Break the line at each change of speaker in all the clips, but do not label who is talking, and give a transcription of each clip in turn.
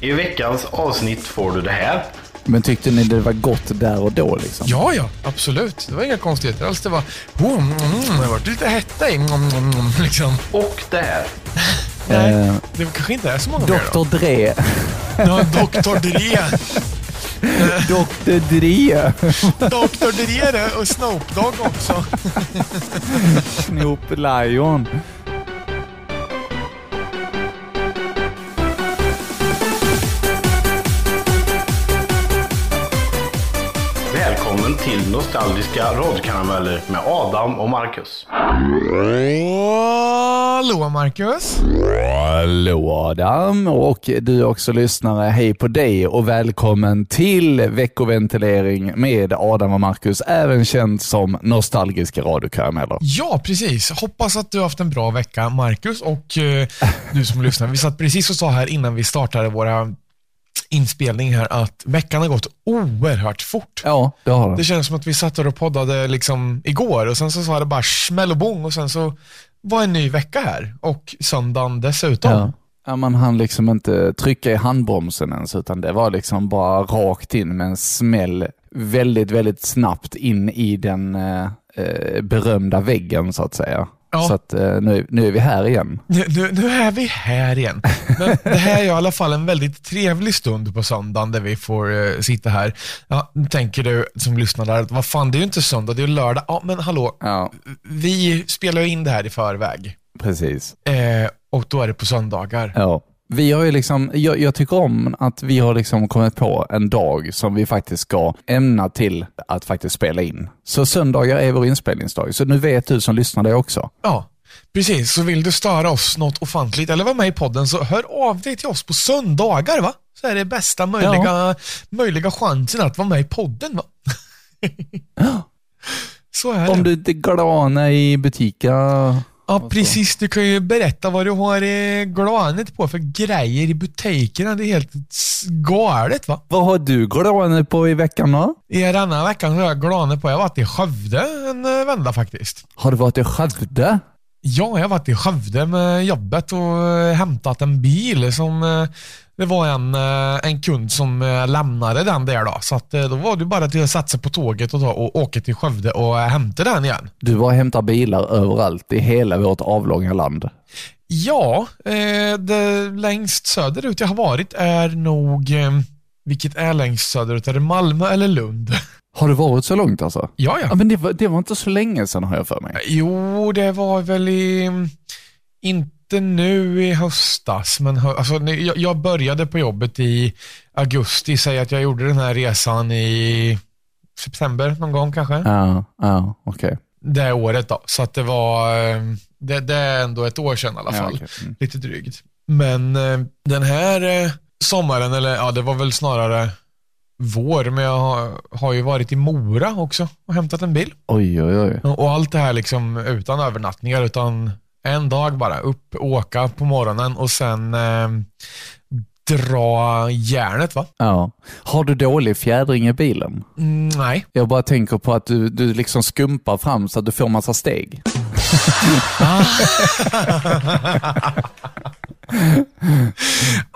I veckans avsnitt får du det här.
Men tyckte ni det var gott där och då liksom?
Ja, ja, absolut. Det var inga konstigheter alls. Det var... Oh, mm, mm, det var lite hetta i... Mm, mm, mm, liksom.
Och det här.
Nej, det kanske inte är så många mer då.
Doktor Dre.
Ja, Doktor Dre.
Doktor Dre.
Doktor Dre och Snoop Dogg också.
Snoop Lion.
Välkommen till Nostalgiska radiokarameller med Adam och Marcus.
Hallå Marcus!
Hallå Adam och du också lyssnare. Hej på dig och välkommen till veckoventilering med Adam och Marcus, även känd som Nostalgiska radiokarameller.
Ja, precis. Hoppas att du har haft en bra vecka Marcus och eh, du som lyssnar. Vi satt precis och sa här innan vi startade våra inspelning här att veckan har gått oerhört fort.
Ja, det har
Det
du.
känns som att vi satt här och poddade liksom igår och sen så var det bara smäll och bong och sen så var en ny vecka här och söndagen dessutom.
Ja. Ja, man hann liksom inte trycka i handbromsen ens, utan det var liksom bara rakt in med en smäll väldigt, väldigt snabbt in i den eh, eh, berömda väggen så att säga.
Ja.
Så att eh, nu, nu är vi här igen.
Nu, nu, nu är vi här igen. Men det här är ju i alla fall en väldigt trevlig stund på söndagen där vi får eh, sitta här. Ja, nu tänker du som lyssnar där, vad fan det är ju inte söndag, det är ju lördag. Ja, men hallå,
Ja,
vi spelar ju in det här i förväg
precis.
eh, och då är det på söndagar.
Ja. Vi har ju liksom, jag, jag tycker om att vi har liksom kommit på en dag som vi faktiskt ska ämna till att faktiskt spela in. Så söndagar är vår inspelningsdag, så nu vet du som lyssnar det också.
Ja, precis. Så vill du störa oss något ofantligt eller vara med i podden så hör av dig till oss på söndagar va? Så är det bästa möjliga, möjliga chansen att vara med i podden va? så är
Om
det.
du inte glana i butiken.
Ja, precis. Du kan ju berätta vad du har eh, glanet på för grejer i butikerna. Det är helt s- galet va?
Vad har du glanat på i veckan då?
I denna veckan så har jag glanet på. Jag har varit i Skövde en eh, vända faktiskt.
Har du varit i Skövde?
Ja, jag har varit i Skövde med jobbet och eh, hämtat en bil som eh, det var en, eh, en kund som eh, lämnade den där då. Så att eh, då var det bara till att satsa på tåget och, ta och åka till Skövde och eh, hämta den igen.
Du var och hämtar bilar överallt i hela vårt avlånga land.
Ja, eh, det längst söderut jag har varit är nog, eh, vilket är längst söderut, är det Malmö eller Lund?
Har du varit så långt alltså?
Ja,
Ja,
ja.
men det var, det var inte så länge sedan har jag för mig.
Jo, det var väl i, inte nu i höstas, men hö, alltså, nu- jag, jag började på jobbet i augusti, säg att jag gjorde den här resan i september någon gång kanske,
Ja, ja, okej.
det året då. Så att det var, eh, det, det är ändå ett år sedan i alla
Ja,
fall,
okej. Mm.
lite drygt. Men eh, den här eh, sommaren, eller ja, det var väl snarare vår, men jag har, har ju varit i Mora också och hämtat en bil.
Oj, oj, oj.
Ja, Och allt det här liksom utan övernattningar, utan en dag bara. Upp, åka på morgonen och sen eh, dra järnet va?
Ja. Har du dålig fjädring i bilen?
Mm, nej.
Jag bara tänker på att du, du liksom skumpar fram så att du får massa steg.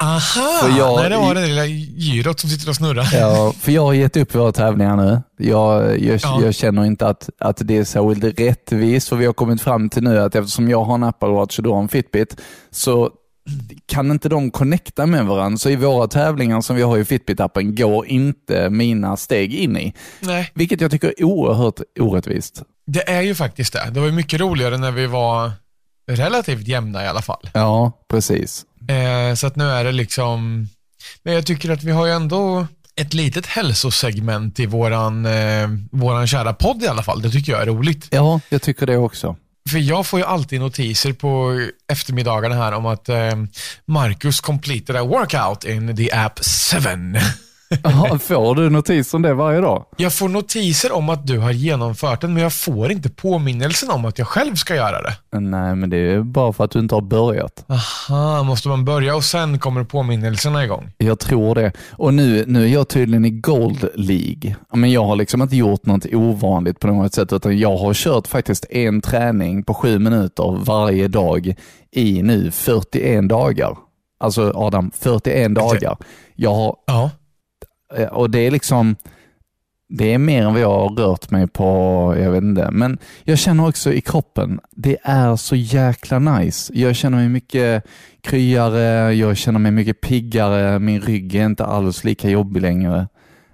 Aha!
För jag-
nej, det var det lilla gyrot som sitter och snurrar.
Ja, för jag har gett upp våra tävlingar nu. Jag, jag,
Ja.
jag känner inte att, att det är särskilt rättvist, för vi har kommit fram till nu att eftersom jag har en Apple Watch och du har en Fitbit, så kan inte de connecta med varandra. Så i våra tävlingar som vi har i Fitbit-appen går inte mina steg in i.
Nej,
Vilket jag tycker är oerhört orättvist.
det är ju faktiskt det. Det var ju mycket roligare när vi var relativt jämna i alla fall.
Ja, precis.
Eh, så att nu är det liksom... Men jag tycker att vi har ju ändå ett litet hälsosegment i våran, eh, våran kära podd i alla fall. Det tycker jag är roligt.
Ja, jag tycker det också.
För jag får ju alltid notiser på eftermiddagarna här om att eh, Marcus completed a workout in the app 7.
Jaha, får du notis om det varje dag?
Jag får notiser om att du har genomfört den, men jag får inte påminnelsen om att jag själv ska göra det.
Nej, men det är bara för att du inte har börjat.
Aha, måste man börja och sen kommer påminnelserna igång?
Jag tror det. Och nu, nu är jag tydligen i Gold League. Men jag har liksom inte gjort något ovanligt på något sätt, utan jag har kört faktiskt en träning på sju minuter varje dag i nu 41 dagar. Alltså Adam, 41 dagar. Jag har, eh,
Ja.
och det är liksom, det är mer än vad jag har rört mig på, jag vet inte. Men jag känner också i kroppen, det är så jäkla nice. Jag känner mig mycket kryare, jag känner mig mycket piggare, min rygg är inte alls lika jobbig längre.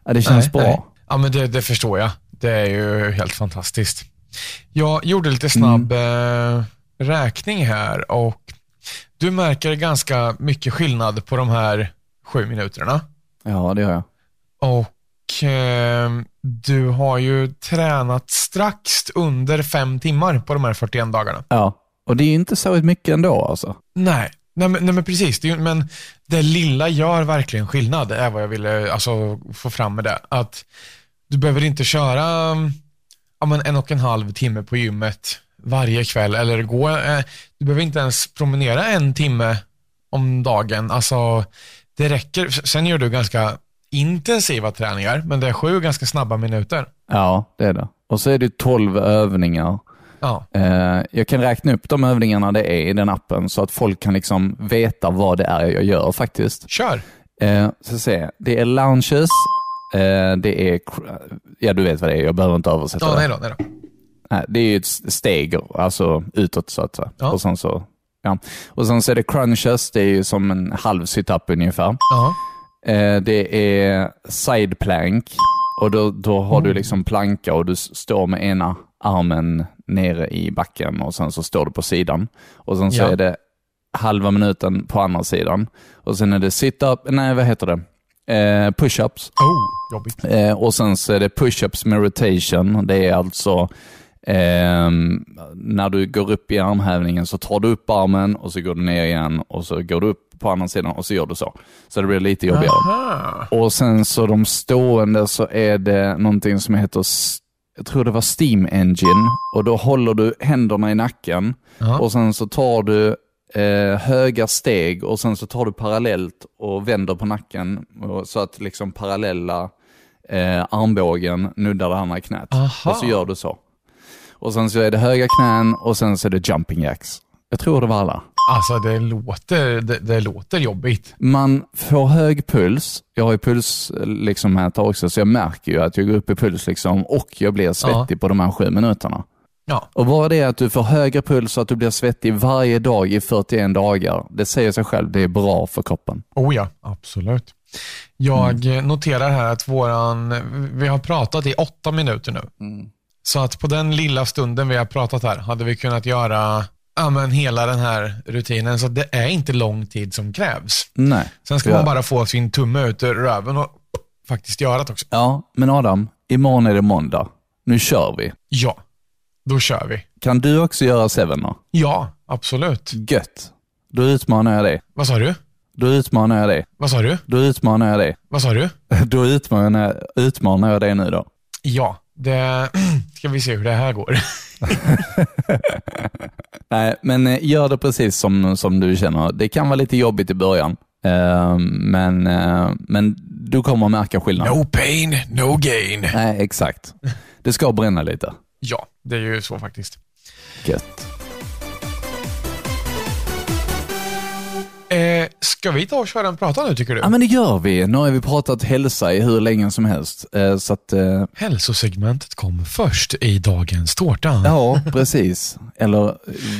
Ja, det känns
Nej,
bra.
nej. Ja, men det, det förstår jag. Det är ju helt fantastiskt. Jag gjorde lite snabb eh, räkning här och du märker ganska mycket skillnad på de här sju minuterna.
Ja, det gör jag.
Och eh, du har ju tränat strax under fem timmar på de här 41 dagarna.
Ja, och det är ju inte så mycket ändå alltså.
Nej, nej, men, nej men precis. Det är, ju- men det lilla gör verkligen skillnad, är vad jag ville alltså, få fram med det. Att du behöver inte köra mm, ja, men en och en halv timme på gymmet varje kväll eller gå. Eh, du behöver inte ens promenera en timme om dagen. Alltså, det räcker. S- Sen gör du ganska intensiva träningar, men det är sju ganska snabba minuter.
Ja, det är det. Och så är det 12 övningar.
Ja,
Eh, Jag kan räkna upp de övningarna det är i den appen så att folk kan liksom veta vad det är jag gör faktiskt.
kör.
Eh, Så se, det är lounges, eh, det är... cr- Ja, du vet vad det är. Jag behöver inte översätta
Ja,
det.
nej då, nej då.
Nej, det är ju ett steg alltså utåt så att säga.
Ja.
Och sen så... Ja. Och sen så är det crunches, det är ju som en halv sit-up ungefär.
Ja,
Eh, Det är side plank och då, då har
Mm.
du liksom planka och du s- står med ena armen nere i backen och sen så står du på sidan. Och sen så
Ja.
är det halva minuten på andra sidan. Och sen är det sit-up, nej vad heter det? Eh, push-ups.
oh, jobbigt.
Eh, och sen så är det push-ups med rotation. Det är alltså ehm, när du går upp i armhävningen så tar du upp armen och så går du ner igen och så går du upp på andra sidan och så gör du så. Så det blir lite jobbigare.
Aha.
Och sen så de stående så är det någonting som heter, s- jag tror det var Steam Engine. Och då håller du händerna i nacken
Ja.
och sen så tar du eh, höga steg och sen så tar du parallellt och vänder på nacken. Och, så att liksom parallella eh, armbågen nuddar det andra knät.
Aha.
Och så gör du så. Och sen så är det höga knän och sen så är det jumping jacks. Jag tror det var alla.
Alltså det låter, det, det låter jobbigt.
Man får hög puls. Jag har ju pulsmätare liksom, mätare också, så jag märker ju att jag går upp i puls liksom, och jag blir svettig på de här sju minuterna.
Ja.
Och bara det att du får högre puls och att du blir svettig varje dag i 41 dagar, det säger sig själv, det är bra för kroppen.
Oh ja, absolut. Jag noterar här att våran, vi har pratat i åtta minuter nu. Så att på den lilla stunden vi har pratat här hade vi kunnat göra ja, men hela den här rutinen. Så det är inte lång tid som krävs.
Nej.
Sen ska
Ja.
man bara få sin tumme ut ur röven och faktiskt göra det också.
Ja, men Adam, imorgon är det måndag. Nu kör vi.
Ja, då kör vi.
Kan du också göra sevener?
Ja, absolut.
Gött. Då utmanar jag dig.
Vad sa du?
Då utmanar jag dig.
Vad sa du?
Då utmanar jag dig.
Vad sa du?
Då utmanar, utmanar jag dig nu då.
Ja, det ska vi se hur det här går.
Nej, men eh, gör det precis som, som du känner. Det kan vara lite jobbigt i början, eh, men, eh, men du kommer att märka skillnad.
No pain, no gain.
Nej, exakt. Det ska bränna lite.
Ja, det är ju så faktiskt.
Gött.
Eh, ska vi ta och köra en prata nu tycker du?
Ja, men det gör vi. Nu har vi pratat hälsa i hur länge som helst. eh, Så att, eh,
Hälsosegmentet kom först i dagens tårta. Ja.
ja, precis. Eller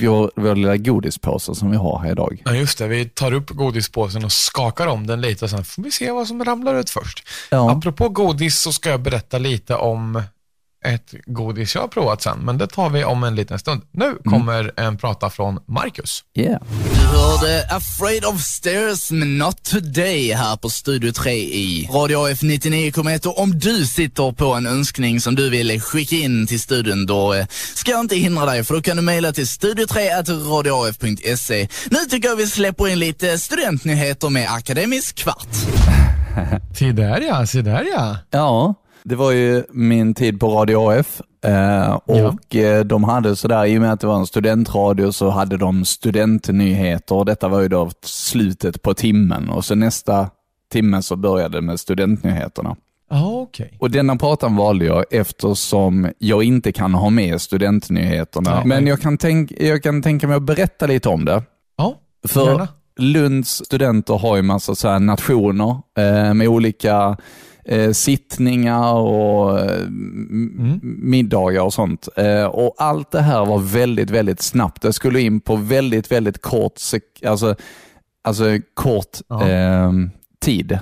vår, vår lilla godispåse som vi har här idag.
just det. Vi tar upp godispåsen och skakar om den lite och sen får vi se vad som ramlar ut först.
Ja,
Apropå godis så ska jag berätta lite om ett godis jag har provat sen, men det tar vi om en liten stund. Nu
Mm.
kommer en prata från Marcus.
yeah.
Du hörde Afraid of Stairs men Not Today här på Studio 3 i Radio AF 99,1 och om du sitter på en önskning som du vill skicka in till studion då eh, ska jag inte hindra dig för då kan du mejla till studio3radioaf.se. E. Nu tycker jag vi släpper in lite studentnyheter med akademisk kvart.
Se där ja, se där ja.
Ja, det var ju min tid på Radio AF. Eh, och eh, de hade sådär, i och med att det var en studentradio så hade de studentnyheter och detta var ju då slutet på timmen och så nästa timme så började det med studentnyheterna.
Ja, okej.
Och denna pratan valde jag eftersom jag inte kan ha med studentnyheterna.
Nej.
Men jag kan, tänk, jag kan tänka mig att berätta lite om det.
Ja,
För
gärna.
Lunds studenter har ju massa så här nationer eh, med olika eh, sittningar och eh, m- middagar och sånt. Eh, och Allt det här var väldigt, väldigt snabbt. Det skulle in på väldigt, väldigt kort, sek- alltså, alltså kort
Ja.
eh, tid.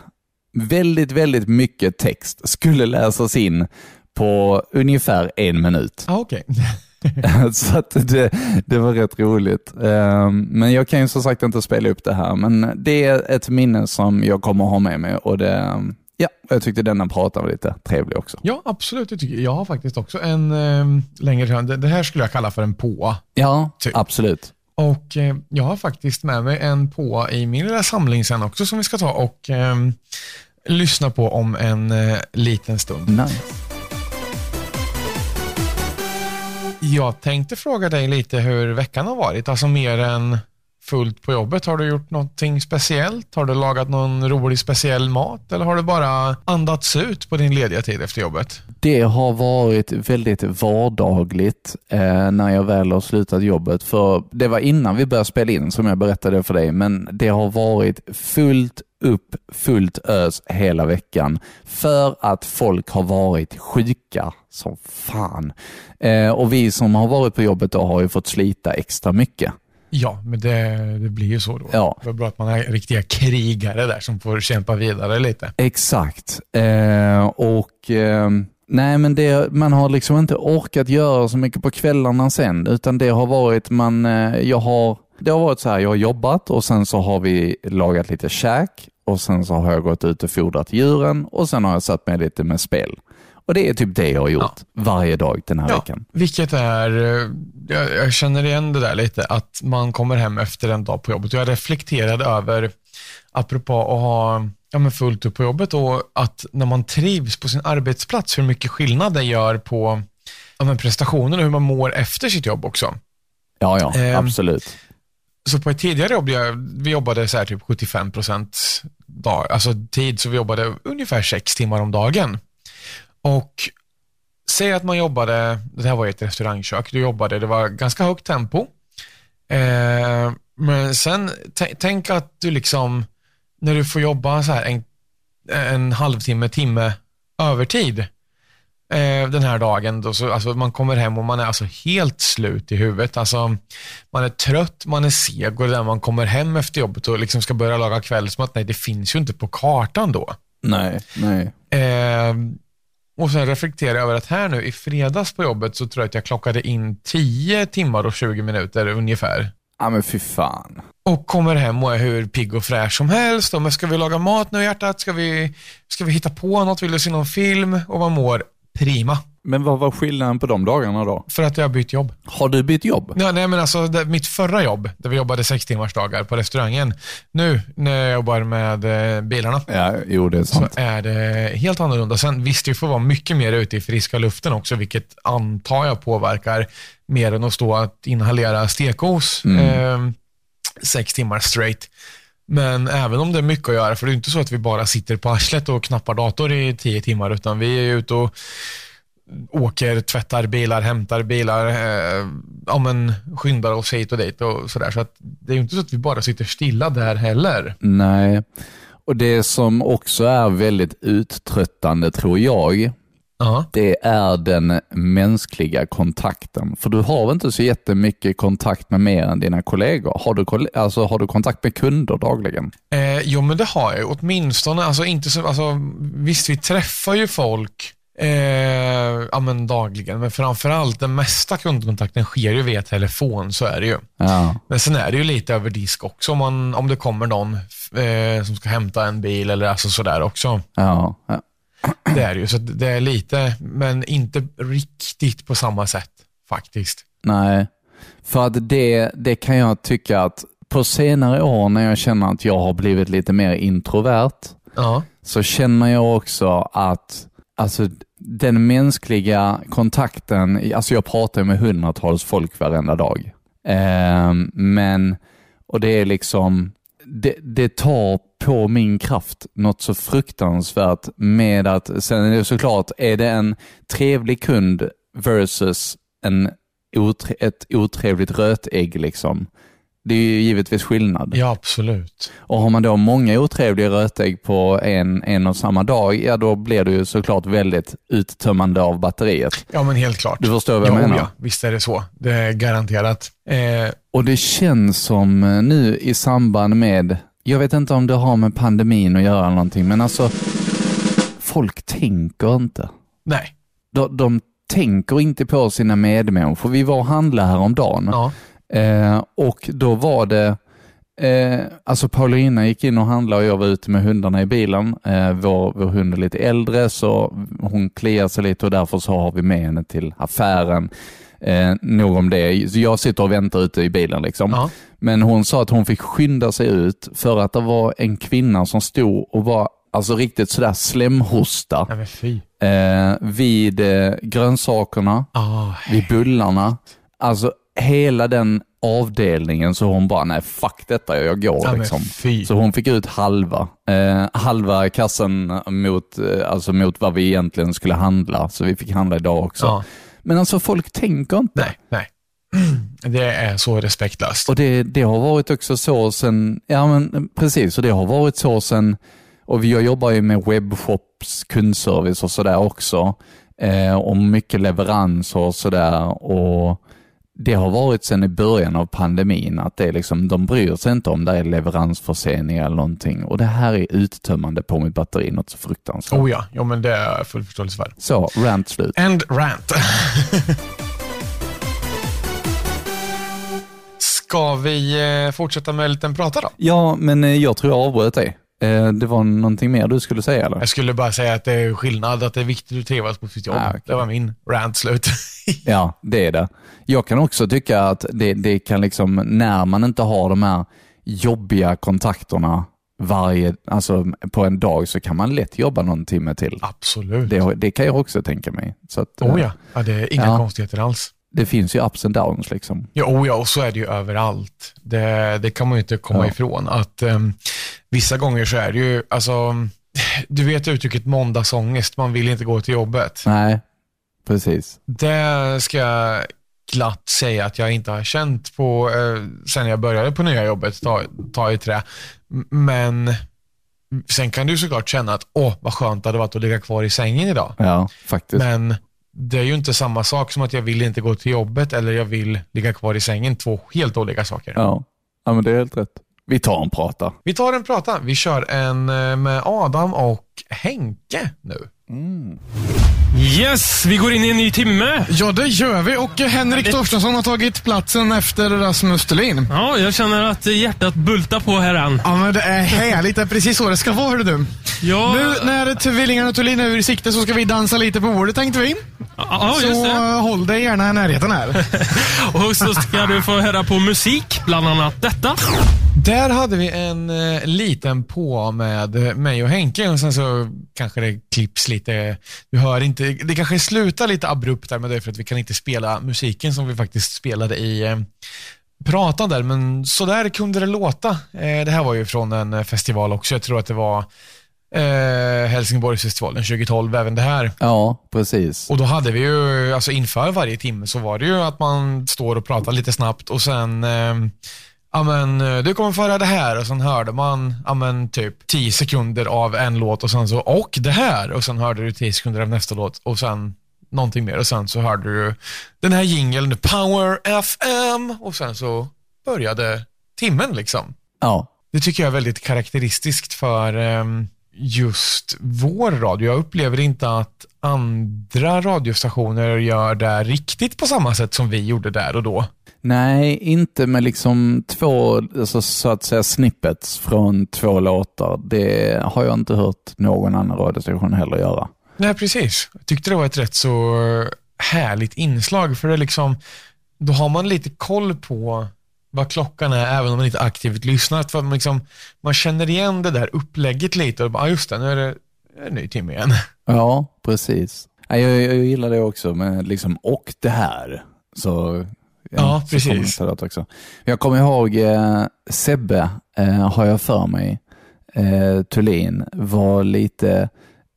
Väldigt, väldigt mycket text skulle läsas in på ungefär en minut.
Ah, Okej.
Så att det, det var rätt roligt. Ehm, Men jag kan ju som sagt inte spela upp det här, men det är ett minne som jag kommer ha med mig och det, ja, jag tyckte denna pratan var lite trevlig också.
Ja, absolut. det tycker Jag Jag har faktiskt också en eh, längre sedan. Det, det här skulle jag kalla för en påa.
Ja,
Typ.
absolut.
Och eh, jag har faktiskt med mig en på i min lilla samling sen också som vi ska ta och eh, lyssna på om en eh, liten stund.
Nice.
Jag tänkte fråga dig lite hur veckan har varit, alltså mer än fullt på jobbet. Har du gjort någonting speciellt? Har du lagat någon rolig speciell mat eller har du bara andats ut på din lediga tid efter jobbet?
Det har varit väldigt vardagligt eh, när jag väl har slutat jobbet. För Det var innan vi började spela in som jag berättade för dig, men det har varit fullt upp, fullt ös hela veckan. För att folk har varit sjuka som fan. Eh, och vi som har varit på jobbet då har ju fått slita extra mycket.
Ja, men det, det blir ju så då.
Ja.
Det är bra att man är riktiga krigare där som får kämpa vidare lite.
Exakt. Eh, och eh, nej men det, Man har liksom inte orkat göra så mycket på kvällarna sen, utan det har varit man, eh, jag har, det har varit så här, jag har jobbat och sen så har vi lagat lite käk och sen så har jag gått ut och fodrat djuren och sen har jag satt mig lite med spel. Och det är typ det jag har gjort varje dag den här veckan.
Vilket är, eh, jag, jag känner igen det där lite, att man kommer hem efter en dag på jobbet. Jag reflekterade över, apropå att ha ja, men fullt upp på jobbet, och att när man trivs på sin arbetsplats, hur mycket skillnad det gör på ja, men prestationen och hur man mår efter sitt jobb också.
Ja, ja,
Ehm,
absolut.
Så på ett tidigare jobb, jag- vi jobbade så här typ 75 procent dag, alltså tid, så vi jobbade ungefär sex timmar om dagen. Och säg att man jobbade, det här var i ett restaurangkök, du jobbade, det var ganska högt tempo. Eh, men sen, tä- tänk att du liksom, när du får jobba så här en, en halvtimme, timme övertid eh, den här dagen, då så, alltså, man kommer hem och man är alltså helt slut i huvudet. Alltså, man är trött, man är seg och det där man kommer hem efter jobbet och liksom ska börja laga kvällsmat, nej det finns ju inte på kartan då.
Nej, nej.
Eh, och sen reflekterar jag över att här nu i fredags på jobbet så tror jag att jag klockade in 10 timmar och 20 minuter ungefär.
Ja men fy fan.
Och kommer hem och är hur pigg och fräsch som helst. Och, men ska vi laga mat nu hjärtat? Ska vi, ska vi hitta på något? Vill du se någon film? Och man mår prima.
Men vad var skillnaden på de dagarna då?
För att jag har bytt jobb.
Har du bytt jobb?
Ja, nej, men alltså, det, mitt förra jobb, där vi jobbade sex timmars dagar på restaurangen, nu när jag jobbar med eh, bilarna,
Ja, jo det är
så
sant.
är det helt annorlunda. Sen visst, vi får vara mycket mer ute i friska luften också, vilket antar jag påverkar mer än att stå och inhalera stekos eh, sex timmar straight. Men även om det är mycket att göra, för det är inte så att vi bara sitter på arslet och knappar dator i tio timmar, utan vi är ute och åker, tvättar bilar, hämtar bilar, eh, ja, men skyndar oss hit och dit och sådär. Så att det är ju inte så att vi bara sitter stilla där heller.
Nej, och det som också är väldigt uttröttande tror jag,
Ja.
det är den mänskliga kontakten. För du har väl inte så jättemycket kontakt med mer än dina kollegor? Har du, koll- alltså, har du kontakt med kunder dagligen?
Eh, jo, men det har jag ju. Åtminstone, alltså inte så, alltså, visst vi träffar ju folk eh, ja, men dagligen, men framförallt den mesta kundkontakten sker ju via telefon, så är det ju.
Ja,
Men sen är det ju lite över disk också om, man, om det kommer någon eh, som ska hämta en bil eller alltså sådär också.
ja, ja.
Det är det ju, så att det är lite, men inte riktigt på samma sätt faktiskt.
Nej, för att det, det kan jag tycka att på senare år när jag känner att jag har blivit lite mer introvert,
Ja,
så känner jag också att alltså, den mänskliga kontakten, alltså jag pratar med hundratals folk varenda dag. Ehm, men, och det är liksom, det, det tar på min kraft något så fruktansvärt med att, sen är det såklart, är det en trevlig kund versus en otre, ett otrevligt rötägg liksom, Det är ju givetvis skillnad.
Ja, absolut.
Och har man då många otrevliga rötägg på en, en och samma dag, ja då blir det ju såklart väldigt uttömmande av batteriet.
Ja, men helt klart.
Du förstår vad jag menar?
Ja, visst är det så. Det är garanterat. Eh,
Och det känns som eh, nu i samband med, jag vet inte om det har med pandemin att göra eller någonting, men alltså folk tänker inte.
nej.
De, de tänker inte på sina medmänniskor. Vi var och handlade häromdagen
Ja.
eh, och då var det Eh, alltså Paulina gick in och handlade och jag var ute med hundarna i bilen. Eh, vår, vår hund är lite äldre så hon kliar sig lite och därför så har vi med henne till affären. Eh, nog om det. Så jag sitter och väntar ute i bilen. Liksom.
Ja.
Men hon sa att hon fick skynda sig ut för att det var en kvinna som stod och var alltså riktigt sådär slemhosta
Nej, men fy.
eh, vid eh, grönsakerna,
Ah,
vid bullarna. Alltså hela den avdelningen så hon bara, nej fuck detta, jag går
nej, men
liksom.
fy.
Så hon fick ut halva, eh, halva kassen mot, eh, alltså mot vad vi egentligen skulle handla. Så vi fick handla idag också.
Ja.
Men alltså folk tänker inte.
Nej, nej. Det är så respektlöst.
Och det, det har varit också så sen, ja men precis, och det har varit så sen, och jag jobbar ju med webbshops, kundservice och sådär också, eh, och mycket leveranser och sådär. Och det har varit sen i början av pandemin att det är liksom, de bryr sig inte om det är leveransförseningar eller någonting. Och det här är uttömmande på mitt batteri, något så fruktansvärt.
Oh ja, ja men det är jag fullt förståelse för.
Så, rant slut.
End rant. Ska vi eh, fortsätta med en liten prata då?
Ja, men eh, jag tror jag avbröt dig. Eh, Det var någonting mer du skulle säga eller?
Jag skulle bara säga att det är skillnad, att det är viktigt att trivas på sitt jobb.
Ah, okej.
Det var min rant slut.
Ja, det är det. Jag kan också tycka att det, det kan liksom, när man inte har de här jobbiga kontakterna varje, alltså på en dag så kan man lätt jobba någon timme till.
Absolut.
Det, det kan jag också tänka mig. Så att, eh,
Oh ja. ja, det är inga
Ja.
konstigheter alls.
Det finns ju ups and downs liksom.
Ja, oh ja, och så är det ju överallt. Det, det kan man ju inte komma
Ja.
ifrån. Att ehm, Vissa gånger så är det ju, alltså, du vet uttrycket måndagsångest, man vill inte gå till jobbet.
Nej, precis.
Det ska jag glatt säga att jag inte har känt på eh, sen jag började på nya jobbet, ta, ta i trä. M- Men sen kan du såklart känna att åh, vad skönt det hade varit att ligga kvar i sängen idag.
Ja, faktiskt.
Men det är ju inte samma sak som att jag vill inte gå till jobbet eller jag vill ligga kvar i sängen. Två helt olika saker.
Ja. ja, men det är helt rätt. Vi tar en prata.
Vi tar en prata. Vi kör en eh, med Adam och Henke nu.
Yes, vi går in i en ny timme.
Ja, det gör vi. Och Henrik Torstensson har tagit platsen efter Rasmus Thulin.
Ja, jag känner att hjärtat bultar på här än.
Ja, men det är härligt. Det är precis så det ska vara, hör du.
Ja,
Nu när tvillingarna och Thulin är ur sikte så ska vi dansa lite på bordet, tänkte vi.
ja just
Så
det.
eh, håll dig gärna i närheten här.
Och så ska du få höra på musik, bland annat detta.
Där hade vi en eh, liten på med eh, mig och Henke och sen så kanske det klipps lite. Du hör inte, det kanske slutar lite abrupt där med det för att vi kan inte spela musiken som vi faktiskt spelade i eh, pratan där, men så där kunde det låta. Eh, det här var ju från en eh, festival också. Jag tror att det var eh, Helsingborgsfestivalen 2012, även det här.
Ja, precis.
Och då hade vi ju, alltså inför varje timme så var det ju att man står och pratar lite snabbt och sen, eh, ja men eh, du kommer föra det här och sen hörde man, ja men typ 10 sekunder av en låt och sen så, och det här och sen hörde du 10 sekunder av nästa låt och sen någonting mer och sen så hörde du den här jingeln, Power FM och sen så började timmen liksom.
Ja,
Det tycker jag är väldigt karaktäristiskt för ehm, just vår radio. Jag upplever inte att andra radiostationer gör det riktigt på samma sätt som vi gjorde där och då.
Nej, inte med liksom två, alltså, så att säga snippets från två låtar. Det har jag inte hört någon annan radiostation heller göra.
Nej, precis. Jag tyckte det var ett rätt så härligt inslag för det är liksom, då har man lite koll på vad klockan är även om man inte aktivt lyssnar. För man, liksom, man känner igen det där upplägget lite och bara, ah, just det, nu är det nu är det en ny timme igen.
Ja, precis. Nej, Jag, jag, jag gillar det också, men liksom, och det här. Så,
Ja,
så
precis.
kommer det till det också. Jag kommer ihåg eh, Sebbe, eh, har jag för mig, eh, Thulin, var lite,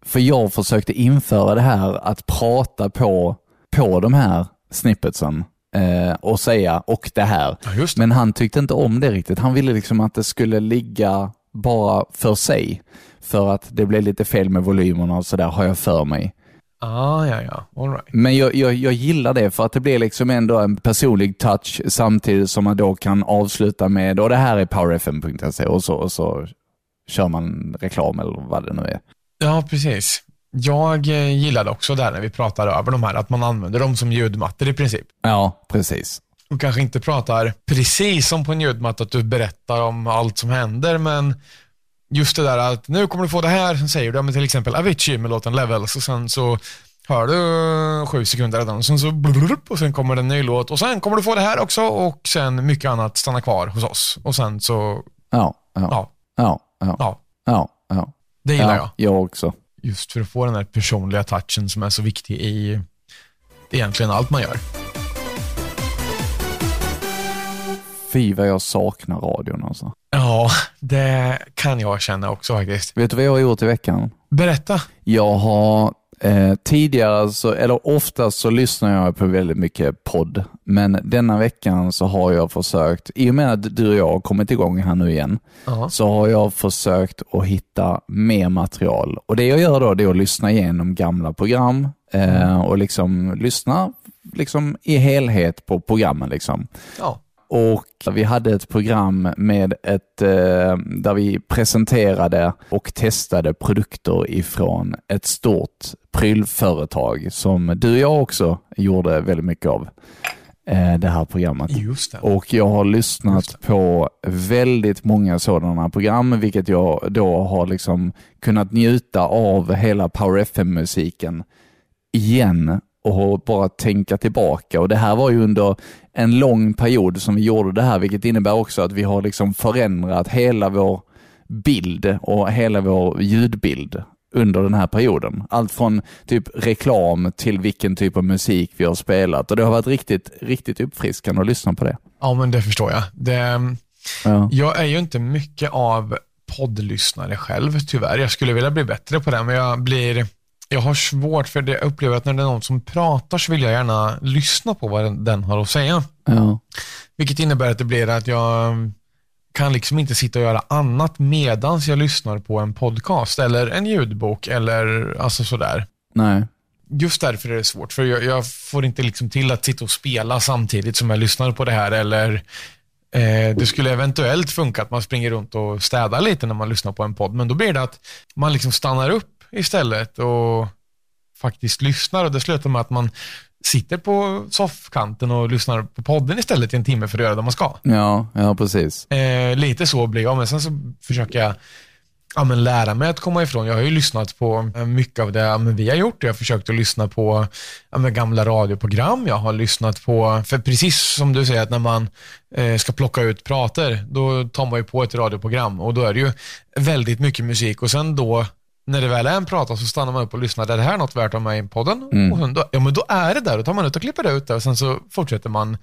för jag försökte införa det här att prata på, på de här snippetsen. eh, och säga och det här.
Ja, just det.
Men han tyckte inte om det riktigt. Han ville liksom att det skulle ligga bara för sig. För att det blev lite fel med volymerna och sådär har jag för mig.
Ah, ja, ja. All right.
Men jag, jag, jag gillar det för att det blir liksom ändå en personlig touch samtidigt som man då kan avsluta med och det här är powerfm.se och så, och så kör man reklam eller vad det nu är.
Ja, precis. Jag eh, gillade också där när vi pratade över de här, att man använder dem som ljudmattor i princip.
Ja, precis.
Och kanske inte pratar precis som på en ljudmatta, att du berättar om allt som händer, men just det där att nu kommer du få det här, sen säger du ja, men till exempel Avicii med låten Levels och sen så hör du sju sekunder redan, och sen så blurp, och sen kommer det en ny låt och sen kommer du få det här också och sen mycket annat stannar kvar hos oss. Och sen så,
Ja, ja,
ja,
ja, ja,
ja,
ja, ja.
det gillar jag.
Ja, jag också.
just för att få den här personliga touchen som är så viktig i egentligen allt man gör.
Fy vad jag saknar radion alltså.
Ja, det kan jag känna också faktiskt.
Vet du vad jag har gjort i veckan?
Berätta.
Jag har eh, tidigare, så, eller oftast så lyssnar jag på väldigt mycket podd, men denna veckan så har jag försökt, i och med att du och jag har kommit igång här nu igen,
Ja.
så har jag försökt att hitta mer material. Och Det jag gör då det är att lyssna igenom gamla program eh, och liksom lyssna liksom, i helhet på programmen. Liksom.
Ja.
Och vi hade ett program med ett, eh, där vi presenterade och testade produkter ifrån ett stort prylföretag som du och jag också gjorde väldigt mycket av eh, det här programmet.
Just det.
Och jag har lyssnat på väldigt många sådana program, vilket jag då har liksom kunnat njuta av hela Power FM-musiken igen och bara tänka tillbaka. Och Det här var ju under en lång period som vi gjorde det här, vilket innebär också att vi har liksom förändrat hela vår bild och hela vår ljudbild under den här perioden. Allt från typ reklam till vilken typ av musik vi har spelat och det har varit riktigt, riktigt uppfriskande att lyssna på det.
Ja, men det förstår jag. Det,
Ja.
jag är ju inte mycket av poddlyssnare själv, tyvärr. Jag skulle vilja bli bättre på det, men jag blir... Jag har svårt för det. Jag upplever att när det är någon som pratar så vill jag gärna lyssna på vad den, den har att säga.
Ja.
Vilket innebär att det blir att jag kan liksom inte sitta och göra annat medan jag lyssnar på en podcast eller en ljudbok eller alltså sådär.
Nej.
Just därför är det svårt, för jag, jag får inte liksom till att sitta och spela samtidigt som jag lyssnar på det här eller eh, det skulle eventuellt funka att man springer runt och städar lite när man lyssnar på en podd, men då blir det att man liksom stannar upp istället och faktiskt lyssnar och det slutar med att man sitter på soffkanten och lyssnar på podden istället i en timme för att göra det man ska.
Ja, ja precis.
Eh, lite så blir jag, men sen så försöker jag ja, men lära mig att komma ifrån. Jag har ju lyssnat på eh, mycket av det ja, men vi har gjort. Jag har försökt att lyssna på ja, men gamla radioprogram. Jag har lyssnat på, för precis som du säger, att när man eh, ska plocka ut prater, då tar man ju på ett radioprogram och då är det ju väldigt mycket musik och sen då när det väl är en prata så stannar man upp och lyssnar. Är det här något värt av mig i podden? Och sen då, ja, men då är det där. Då tar man ut och klipper ut det och sen så fortsätter man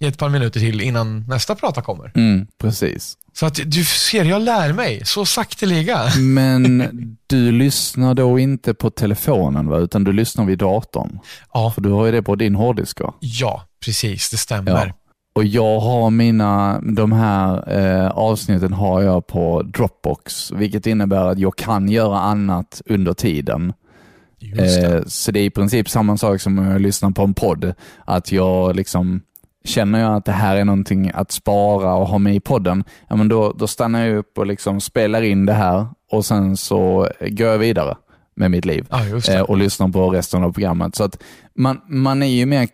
i ett par minuter till innan nästa prata kommer.
Mm, precis.
Så att du ser, jag lär mig så sakteliga.
Mm. Men du lyssnar då inte på telefonen, va? utan du lyssnar vid datorn.
Ja,
För du har ju det på din hårddisk. va?
ja precis, det
Ja.
stämmer.
Och jag har mina, de här eh, avsnitten har jag på Dropbox, vilket innebär att jag kan göra annat under tiden.
Just det.
Eh, så det är i princip samma sak som om jag lyssnar på en podd. Att jag liksom, känner jag att det här är någonting att spara och ha med i podden, ja, men då, då stannar jag upp och liksom spelar in det här och sen så går jag vidare med mitt liv
Ja, just
eh,
det.
och lyssnar på resten av programmet. Så att man, man, är ju mer,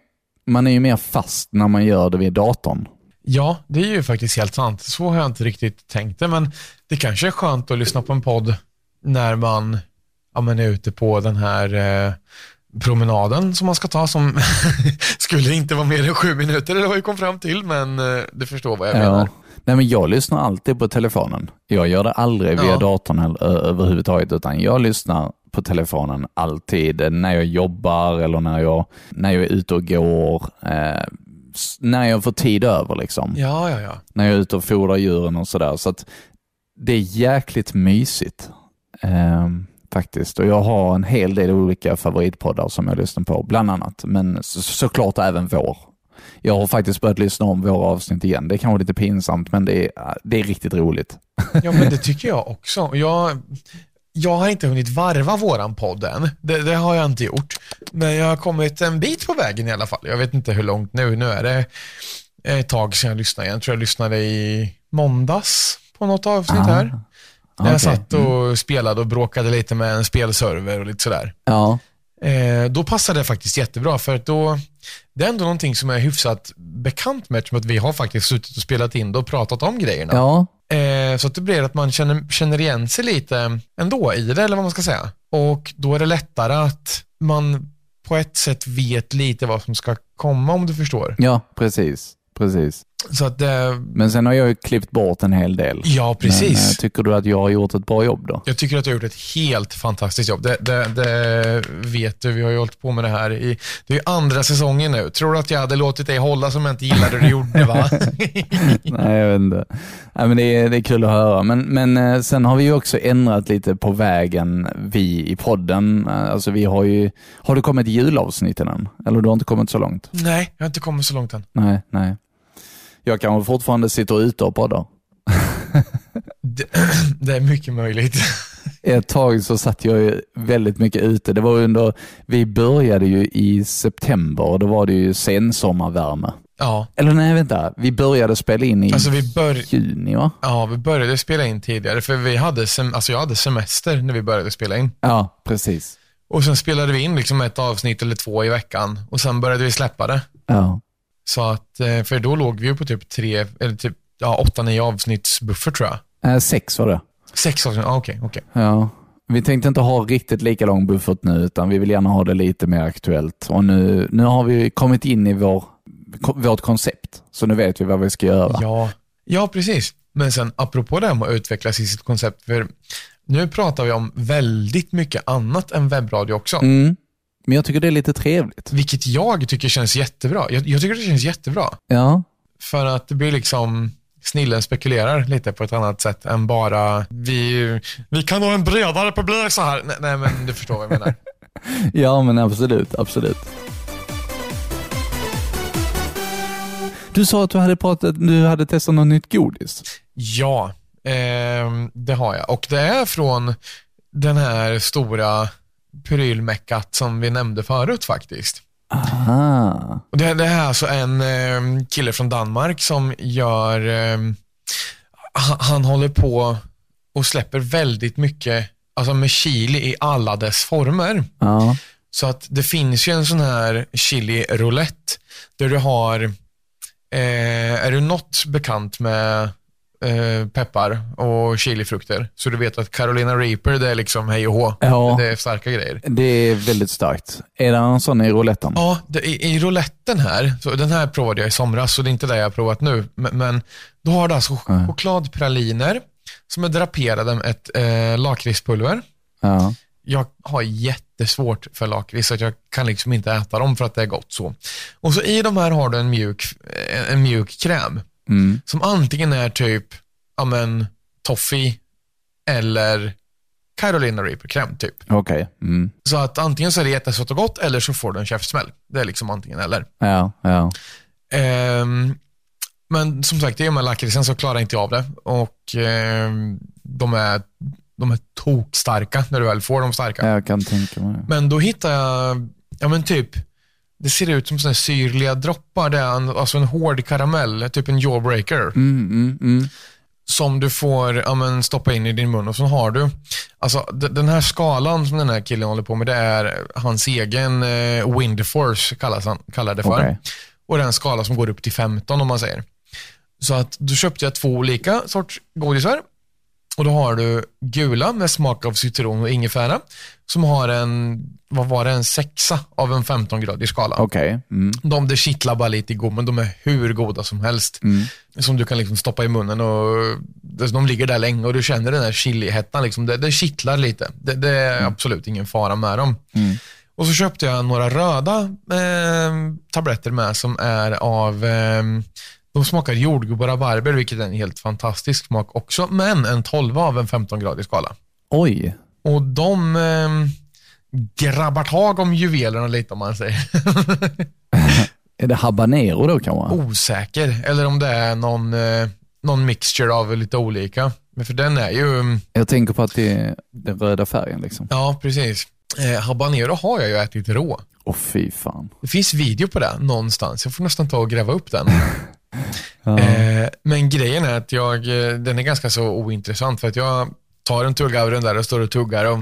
man är ju mer fast när man gör det vid datorn.
Ja, det är ju faktiskt helt sant. Så har jag inte riktigt tänkt det, men det kanske är skönt att lyssna på en podd när man, ja, men är ute på den här eh, promenaden som man ska ta, som skulle inte vara mer än sju minuter, det har vi kom fram till, men eh, du förstår vad jag menar.
Nej, men jag lyssnar alltid på telefonen. Jag gör det aldrig via
Ja.
datorn eller, ö- överhuvudtaget, utan jag lyssnar på telefonen alltid eh, när jag jobbar eller när jag, när jag är ute och går. Eh, s- när jag får tid över, liksom.
Ja, ja, ja.
när jag är ute och fodrar djuren och sådär. Så att det är jäkligt mysigt ehm, faktiskt. Och jag har en hel del olika favoritpoddar som jag lyssnar på, bland annat. Men så, såklart även vår. Jag har faktiskt börjat lyssna om våra avsnitt igen. Det är kanske lite pinsamt, men det är, det är riktigt roligt.
Ja, men det tycker jag också. Jag, jag har inte hunnit varva våran podd än. Det, det har jag inte gjort. Men jag har kommit en bit på vägen i alla fall. Jag vet inte hur långt nu. Nu är det ett tag sedan jag lyssnade igen. Jag tror jag lyssnade i måndags på något avsnitt
Ah,
här. När
okej.
jag satt och spelade och bråkade lite med en spelserver och lite sådär.
Ja,
Eh, då passade det faktiskt jättebra för att då, det är ändå någonting som jag är hyfsat bekant med eftersom att vi har faktiskt suttit och spelat in det och pratat om grejerna.
ja.
Eh, så att det blir att man känner, känner igen sig lite ändå i det, eller vad man ska säga. Och då är det lättare att man på ett sätt vet lite vad som ska komma om du förstår.
ja precis. precis.
Så att, eh,
Men sen har jag ju klippt bort en hel del.
ja precis.
Men, eh, tycker du att jag har gjort ett bra jobb då?
Jag tycker att du har gjort ett helt fantastiskt jobb. Det, det, det vet du. Vi har ju hållit på med det här i det är ju andra säsongen nu. Tror du att jag hade låtit dig hålla som jag inte gillade det du gjorde va?
Nej, jag vet inte. Nej, men det, är, det är kul att höra. Men, men eh, sen har vi ju också ändrat lite på vägen vi i podden. Eh, Alltså vi har ju... Har du kommit julavsnitten än? Eller du har inte kommit så långt?
Nej, jag har inte kommit så långt än.
Nej, nej. Jag kanske fortfarande sitter ute och poddar.
Det, det är mycket möjligt.
Ett tag så satt jag ju väldigt mycket ute. Det var under, vi började ju i september och då var det ju sensommarvärme.
Ja,
Eller nej, vänta. Vi började spela in i
alltså vi, bör,
juni va?
ja, vi började spela in tidigare för vi hade sem, alltså jag hade semester när vi började spela in.
Ja, precis.
Och sen spelade vi in liksom ett avsnitt eller två i veckan och sen började vi släppa det.
Ja,
Så att, eh, för då låg vi ju på typ tre, eller typ ja, åtta, nio avsnittsbuffer tror jag.
eh, sex var det.
Sex avsnitt, ah, okej. okej.
Ja. Vi tänkte inte ha riktigt lika lång buffert nu, utan vi vill gärna ha det lite mer aktuellt. Och nu, nu har vi kommit in i vår, ko- vårt koncept, så nu vet vi vad vi ska göra.
Ja. ja, precis. Men sen apropå det här med att utvecklas i sitt koncept, för nu pratar vi om väldigt mycket annat än webbradio också.
Mm. Men jag tycker det är lite trevligt.
Vilket jag tycker känns jättebra. Jag, jag tycker det känns jättebra.
Ja,
För att det blir liksom snillen spekulerar lite på ett annat sätt än bara vi, vi kan nå en bredare publik så här. Nej, nej men du förstår vad jag menar.
ja men absolut, absolut. Du sa att du hade, pratat, du hade testat något nytt godis.
Ja, ehm, det har jag. Och det är från den här stora prylmeckat som vi nämnde förut faktiskt.
Aha.
Och det, det här är alltså en ehm, kille från Danmark som gör, ehm, han, han håller på och släpper väldigt mycket, alltså med chili i alla dess former.
Ja,
Så att det finns ju en sån här chili roulette där du har, eh, är du något bekant med eh, peppar och chilifrukter så du vet att Carolina Reaper det är liksom hej och hå.
Ja.
Det är starka grejer.
det är väldigt starkt. Är det någon sån i rouletten?
Ja, det, i, i rouletten här, så den här provade jag i somras så det är inte det jag har provat nu, men, men då har du alltså ch-
Nej.
chokladpraliner som är draperade med ett eh, lakritspulver.
Ja.
jag har jättesvårt för lakrits, så att jag kan liksom inte äta dem för att det är gott så. Och så i de här har du en mjuk, en- en mjuk kräm
Mm.
som antingen är typ, ja men, toffee eller Carolina Reaper-kräm typ.
Okej. Mm.
Så att antingen så är det jättesött och gott eller så får du en käftsmäll. Det är liksom antingen eller.
Ja, ja.
Ehm, men som sagt, i och med lakritsen så klarar jag inte av det. Och ehm, de är, de är tokstarka när du väl får dem starka.
Jag kan tänka mig det.
Men då hittar jag, ja men typ, det ser ut som såna här syrliga droppar. Det är en, alltså en hård karamell, typ en jawbreaker,
Mm, mm, mm.
som du får ja, men, stoppa in i din mun och så har du, alltså d- den här skalan som den här killen håller på med, det är hans egen eh, wind force kallas han, kallar det för.
Okej.
Och den skala som går upp till 15 om man säger. Så att då köpte jag två olika sorts godisar. Och då har du gula med smak av citron och ingefära som har en, vad var det, en sexa av en 15-gradig skala.
Okej. Mm.
De det kittlar bara lite i gommen, de är hur goda som helst. Som du kan liksom stoppa i munnen och de ligger där länge och du känner den där chilihettan. Liksom. Det, det kittlar lite. Det, det är absolut ingen fara med dem. Och så köpte jag några röda eh, tabletter med som är av, eh, de smakar jordgubb och rabarber, vilket är en helt fantastisk smak också, men en 12 av en 15-gradig skala.
Oj.
Och de ehm, eh, grabbar tag om juvelerna lite om man säger.
Är det habanero då kanske?
Osäker. Eller om det är någon, eh, någon mixture av lite olika. Men för den är ju... mm,
Jag tänker på att det är den röda färgen liksom.
Ja, precis. Eh, habanero har jag ju ätit rå.
Åh fy fan.
Det finns video på det någonstans. Jag får nästan ta och gräva upp den. Eh, men grejen är att jag, eh, den är ganska så ointressant för att jag tar en tugga av den där och står och tuggar och,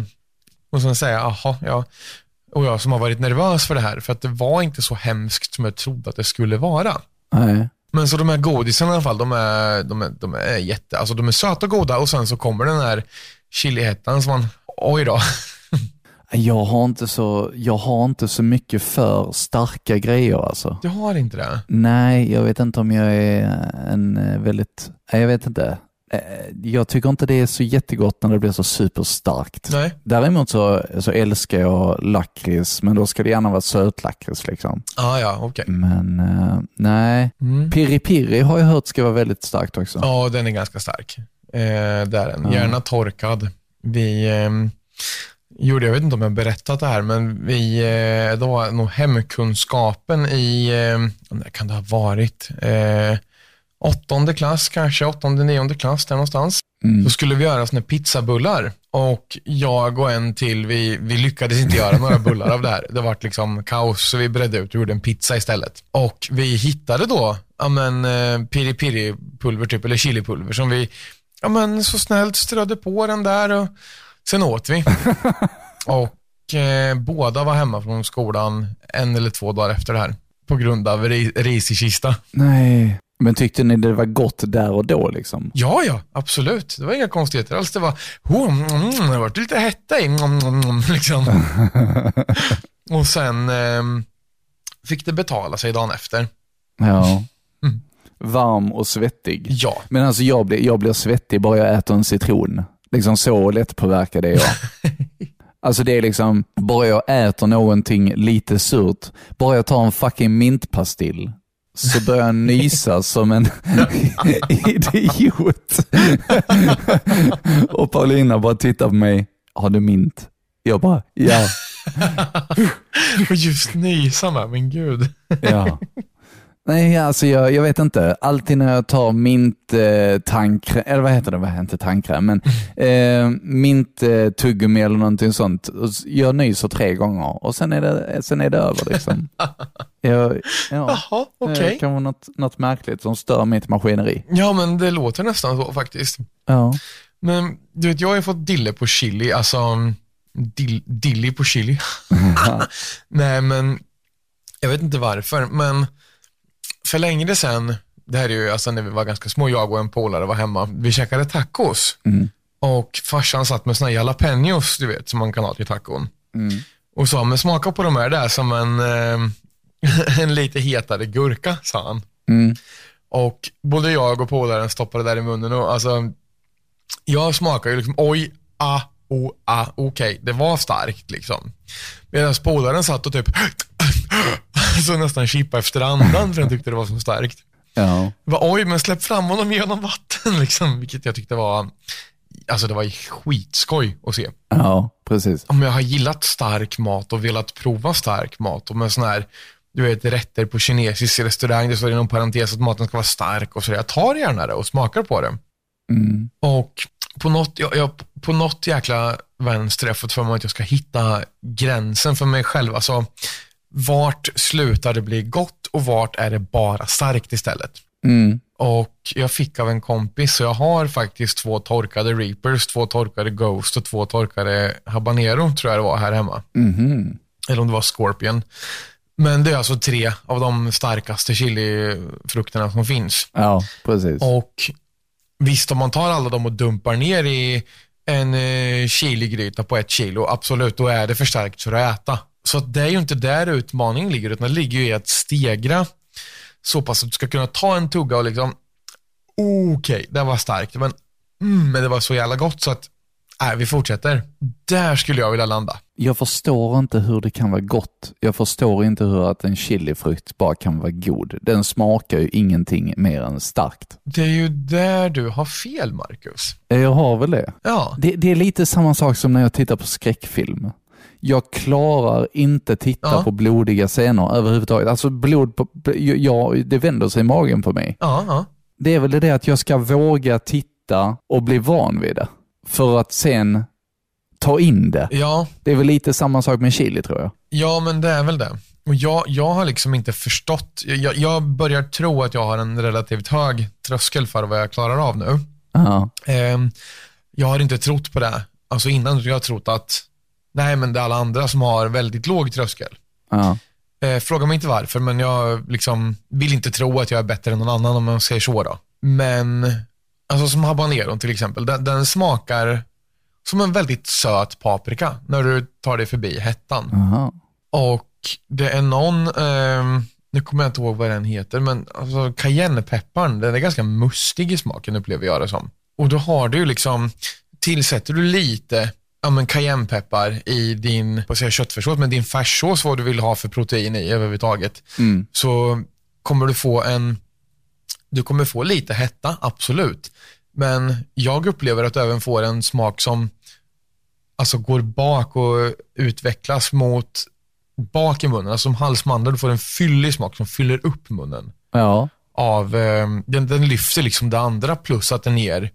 och sen säger jag, aha, ja. Och jag som har varit nervös för det här, för att det var inte så hemskt som jag trodde att det skulle vara.
Nej.
Men så de här godisarna i alla fall, de är, de är, de är jätte, alltså de är söta och goda och sen så kommer den här chilihettan som man, oj då.
Jag har, inte så, jag har inte så mycket för starka grejer alltså.
Du har inte det?
Nej, jag vet inte om jag är en eh, väldigt... Nej, jag vet inte. Eh, Jag tycker inte det är så jättegott när det blir så superstarkt.
Nej.
Däremot så, så älskar jag lakrits, men då ska det gärna vara sötlakrits. Liksom.
Ah, ja, okej.
Men eh, nej,
Mm.
piri piri har jag hört ska vara väldigt starkt också.
Ja, den är ganska stark. Eh, det är den. Gärna torkad. Vi ehm, gjorde, jag vet inte om jag har berättat det här, men vi, eh, det var nog hemkunskapen i, eh, när kan det ha varit? Eh, åttonde klass kanske, åttonde, nionde klass där någonstans.
Mm.
Så skulle vi göra såna pizzabullar och jag och en till, vi, vi lyckades inte göra några bullar av det här. Det vart liksom kaos, så vi bredde ut och gjorde en pizza istället. Och vi hittade då, ja men, eh, piri-piri-pulver typ, eller chilipulver som vi, ja men så snällt strödde på den där och sen åt vi. och eh, båda var hemma från skolan en eller två dagar efter det här på grund av ri- ris i kista.
Nej. Men tyckte ni det var gott där och då liksom?
Ja, ja, absolut. Det var inga konstigheter alls. Det var, oh, mm, det var lite hetta i, mm, mm, mm, liksom. Och sen ehm, fick det betala sig dagen efter.
Ja. Varm och svettig.
Ja,
Men alltså jag blir, jag blir svettig bara jag äter en citron. Liksom så lättpåverkad är jag. Alltså det är liksom, bara jag äter någonting lite surt, bara jag tar en fucking mintpastill så börjar jag nysa som en idiot. Och Paulina bara tittar på mig, har du mint? Jag bara, ja,
och just nysa med, men gud.
ja. Nej, alltså jag, jag vet inte. Alltid när jag tar mint eh, tandkräm, eller vad heter det? Vad heter inte tandkräm? Men eh, mint eh, tuggummi eller någonting sånt. Och s- Jag nyser tre gånger och sen är det, sen är det över liksom. Jag, ja, Eh,
Jaha, Ah, okej.
Det kan vara något, något märkligt som stör mitt maskineri.
Ja, men det låter nästan så faktiskt.
Ja.
Men du vet, jag har ju fått dille på chili, alltså mm, dill, dilli på chili. Nej, men jag vet inte varför, men för länge sedan, det här är ju alltså när vi var ganska små, jag och en polare var hemma, vi käkade tacos och farsan satt med såna jalapenos, du vet, som man kan ha till tacon.
Mm.
Och sa, men smaka på de här där som en, eh, en lite hetare gurka, sa han.
Mm.
Och både jag och polaren stoppade där i munnen och alltså, jag smakade ju liksom oj, ah, oh, ah, okej, det var starkt liksom. Medan polaren satt och typ så nästan kippade efter andan för han tyckte det var så starkt.
ja.
Jag Bara, oj, men släpp fram honom genom vatten liksom, vilket jag tyckte var, alltså det var skitskoj att se.
Ja, precis.
Om jag har gillat stark mat och velat prova stark mat och med sån här, du vet rätter på kinesisk restaurang, det står inom parentes att maten ska vara stark och sådär. Jag tar gärna det och smakar på det.
Mm.
Och på något, jag, jag, på något jäkla vänster har jag fått för mig att jag ska hitta gränsen för mig själv. Alltså, vart slutar det bli gott och vart är det bara starkt istället?
Mm.
Och jag fick av en kompis, så jag har faktiskt två torkade reapers, två torkade ghost och två torkade habanero tror jag det var här hemma.
Mhm.
Eller om det var scorpion. Men det är alltså tre av de starkaste chilifrukterna som finns.
Ja, precis.
Och visst, om man tar alla dem och dumpar ner i en eh, chiligryta på ett kilo, absolut, då är det för starkt för att äta. Så att det är ju inte där utmaningen ligger, utan det ligger ju i att stegra så pass att du ska kunna ta en tugga och liksom, okej, det var starkt, men, mm, men det var så jävla gott så att, nej, vi fortsätter. Där skulle jag vilja landa.
Jag förstår inte hur det kan vara gott. Jag förstår inte hur att en chilifrukt bara kan vara god. Den smakar ju ingenting mer än starkt.
Det är ju där du har fel, Marcus.
Jag har väl det.
Ja,
Det, det är lite samma sak som när jag tittar på skräckfilm. Jag klarar inte titta
Ja.
på blodiga scener överhuvudtaget. Alltså blod, på, ja, det vänder sig i magen på mig.
Ja, ja.
Det är väl det där att jag ska våga titta och bli van vid det. För att sen ta in det.
ja.
Det är väl lite samma sak med chili tror jag.
Ja, men det är väl det. Och jag, jag har liksom inte förstått. Jag- Jag, jag börjar tro att jag har en relativt hög tröskel för vad jag klarar av nu.
Ja.
Ehm, jag har inte trott på det. Alltså innan har jag har trott att nej, men det är alla andra som har väldigt låg tröskel.
Ja.
Eh, fråga mig inte varför, men jag liksom vill inte tro att jag är bättre än någon annan om man säger så. Då. Men alltså som habaneron till exempel, den, den smakar som en väldigt söt paprika när du tar dig förbi hettan.
Aha.
Och det är någon, ehm, nu kommer jag inte ihåg vad den heter, men alltså, cayennepepparn, den är ganska mustig i smaken upplever jag det som. Och då har du ju liksom, tillsätter du lite ja, men cayennepeppar i din vad säger, jag, köttfärssås, men din färssås, vad du vill ha för protein i överhuvudtaget,
Mm.
så kommer du få en, du kommer få lite hetta, absolut. Men jag upplever att du även får en smak som alltså går bak och utvecklas mot bak i munnen. Alltså som halsmandel, du får en fyllig smak som fyller upp munnen.
Ja.
Av, eh, den, den lyfter liksom det andra plus att den ger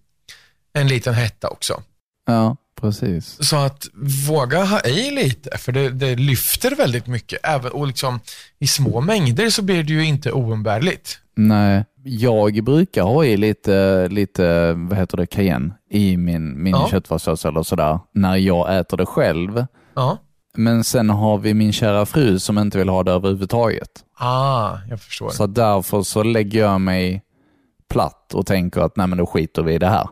en liten hetta också.
ja, precis.
Så att våga ha i lite, för det, det lyfter väldigt mycket. Även, och liksom, I små mängder så blir det ju inte oumbärligt.
Nej, jag brukar ha i lite, lite vad heter det, cayenne i min, min
Ja.
köttfärssås eller sådär, när jag äter det själv.
Ja.
Men sen har vi min kära fru som inte vill ha det överhuvudtaget.
Ah, jag förstår.
Så därför så lägger jag mig platt och tänker att nej men då skiter vi i det här.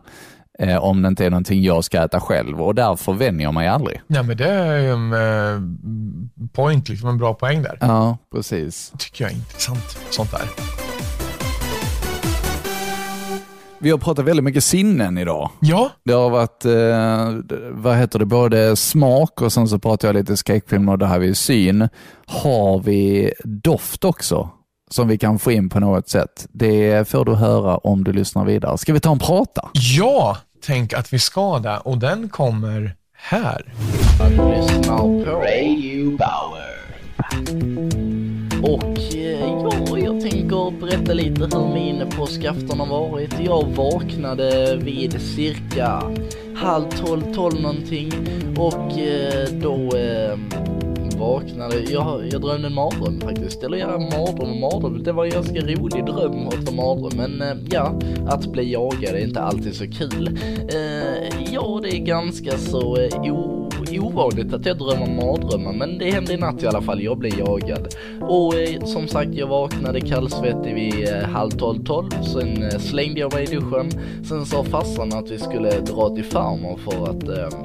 Eh, om det inte är någonting jag ska äta själv och därför vänjer jag mig aldrig.
Nej, men det är ju en eh, point, liksom en bra poäng där.
Ja, precis.
tycker jag är intressant, sånt där.
Vi har pratat väldigt mycket sinnen idag.
Ja,
Det har varit, eh, vad heter det, både smak och sen så pratar jag lite skräckfilm och det här vid syn. Har vi doft också som vi kan få in på något sätt? Det får du höra om du lyssnar vidare. Ska vi ta en prata?
ja, tänk att vi ska det och den kommer här.
Radio Bauer. Och eh, ja, jag tänker berätta lite hur min påskafton har varit. Jag vaknade vid cirka halv tolv, tolv någonting och eh, då eh, vaknade jag, jag drömde en mardröm faktiskt. Eller ja, mardröm och mardröm. Det var en ganska rolig dröm att vara mardröm. Men eh, ja, att bli jagad är inte alltid så kul. Eh, ja, det är ganska så eh, o- ovanligt att jag drömmer mardrömmar, men det hände i natt i alla fall. Jag blev jagad. Och eh, som sagt, jag vaknade kallsvettig vid eh, halv tolv, tolv. Sen eh, slängde jag mig i duschen. Sen sa farsan att vi skulle dra till farmor för att eh,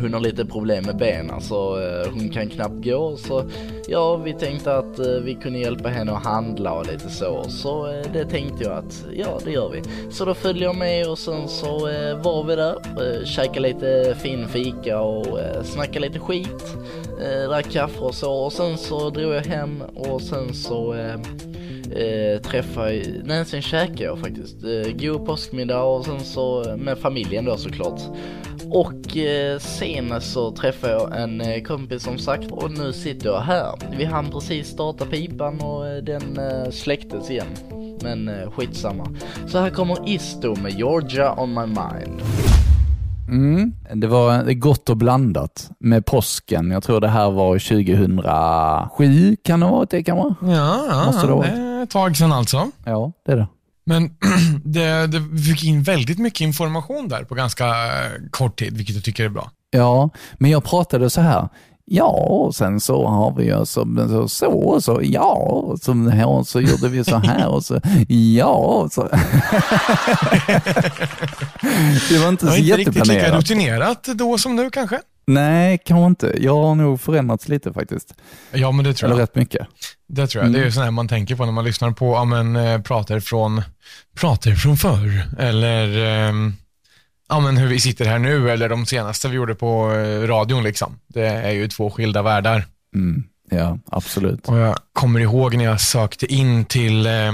hon har lite problem med benen så eh, hon kan knappt gå så ja, vi tänkte att eh, vi kunde hjälpa henne att handla och lite så. Så eh, det tänkte jag att ja, det gör vi. Så då följde jag med och sen så eh, var vi där, eh, käkade lite fin fika och eh, snackade lite skit, eh, drack kaffe och så och sen så drog jag hem och sen så eh, eh, träffa, nej sen käkade jag faktiskt, eh, god påskmiddag och sen så eh, med familjen då såklart. Och eh, sen så träffade jag en eh, kompis som sagt och nu sitter jag här. Vi hann precis starta pipan och eh, den eh, släcktes igen. Men eh, skitsamma. Så här kommer Isto med Georgia on my mind.
Mm. Det var det är gott och blandat med påsken. Jag tror det här var 2007, kan det ha varit det kan vara?
Ja, ja,
Måste det
det
vara.
är ett tag sedan alltså.
Ja, det är det.
Men det, det vi fick in väldigt mycket information där på ganska eh, kort tid, vilket jag tycker är bra.
Ja, men jag pratade så här. Ja, och sen så har vi ju så, så, så, och så ja, och så, här, och så gjorde vi så här och så, ja, och så. Det var inte
Det var
så
inte riktigt lika
jätteplanerat.
rutinerat då som nu kanske.
Nej, kanske inte. Jag har nog förändrats lite faktiskt.
Ja, men det tror
Eller
jag.
rätt mycket.
Det tror jag. Det är ju sådana här man tänker på när man lyssnar på ja, men, eh, prater, från, prater från förr. Eller ehm, ja, men hur vi sitter här nu eller de senaste vi gjorde på eh, radion. Liksom. Det är ju två skilda världar.
Mm, ja, absolut.
Och jag kommer ihåg när jag E sökte in till eh,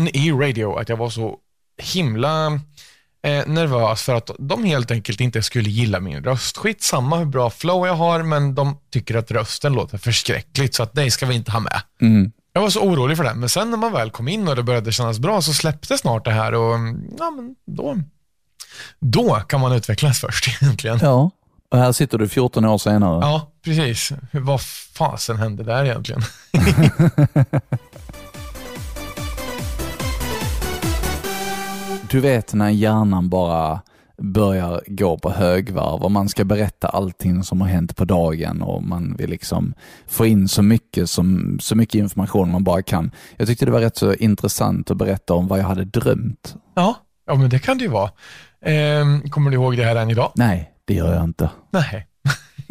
NE Radio att jag var så himla eh, nervös för att de helt enkelt inte skulle gilla min röst. Skitsamma hur bra flow jag har, men de tycker att rösten låter förskräckligt, så att det ska vi inte ha med.
Mm.
Jag var så orolig för det, men sen när man väl kom in och det började kännas bra så släppte snart det här och mm, ja, men då, då kan man utvecklas först egentligen.
Ja, och här sitter du 14 år senare.
Ja, precis. Hur- Vad fasen hände där egentligen?
Du vet när hjärnan bara börjar gå på högvarv och man ska berätta allting som har hänt på dagen och man vill liksom få in så mycket, som, så mycket information man bara kan. Jag tyckte det var rätt så intressant att berätta om vad jag hade drömt.
Ja. Ja, men det kan det ju vara. Ehm, kommer du ihåg det här än idag?
Nej, det gör jag inte.
Nej.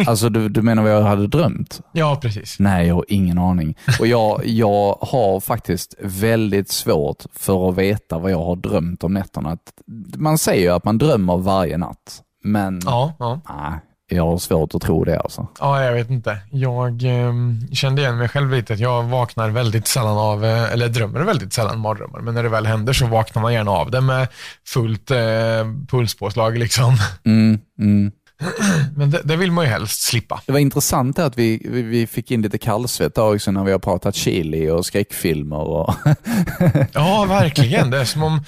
Alltså du, du menar vad jag hade drömt?
Ja, precis.
Nej, jag har ingen aning. Och jag, jag har faktiskt väldigt svårt för att veta vad jag har drömt om nätterna. Att, man säger ju att man drömmer varje natt, men
Ja, ja.
nej, jag har svårt att tro det alltså.
ja jag vet inte. Jag ehm, kände igen mig själv lite. att Jag vaknar väldigt sällan av, eh, eller drömmer väldigt sällan mardrömmar, men när det väl händer så vaknar man gärna av det med fullt eh, pulspåslag. Liksom.
Mm, mm.
Men det, det vill man ju helst slippa.
Det var intressant att vi, vi, vi fick in lite kallsvett där också när vi har pratat chili och skräckfilmer. Och
Ja, verkligen. Det är som om,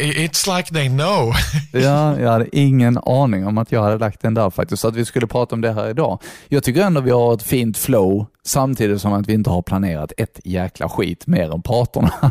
it's like they know.
ja, jag hade ingen aning om att jag hade lagt den där faktiskt, så att vi skulle prata om det här idag. Jag tycker ändå vi har ett fint flow samtidigt som att vi inte har planerat ett jäkla skit mer än parterna.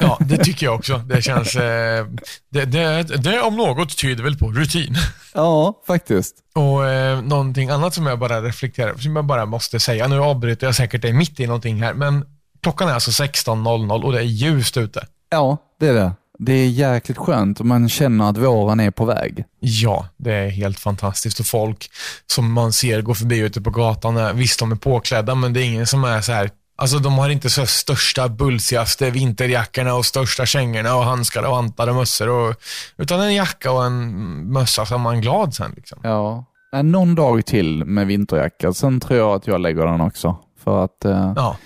Ja, det tycker jag också. Det känns... Eh, det, det, det om något tyder väl på rutin.
Ja, faktiskt.
Och eh, någonting annat som jag bara reflekterar som jag bara måste säga. Nu avbryter jag säkert dig mitt i någonting här, men klockan är alltså 16.00 och det är ljust ute.
Ja, det är det. Det är jäkligt skönt och man känner att våren är på väg.
Ja, det är helt fantastiskt. Och folk som man ser gå förbi ute på gatan, är- visst de är påklädda, men det är ingen som är så här Alltså de har inte så största, bulsigaste vinterjackorna och största kängorna och handskar och hantar och mössor. Och, utan en jacka och en mössa så är man glad sen. Liksom.
Ja. Nej, Någon dag till med vinterjacka, sen tror jag att jag lägger den också. För att eh,
Ja,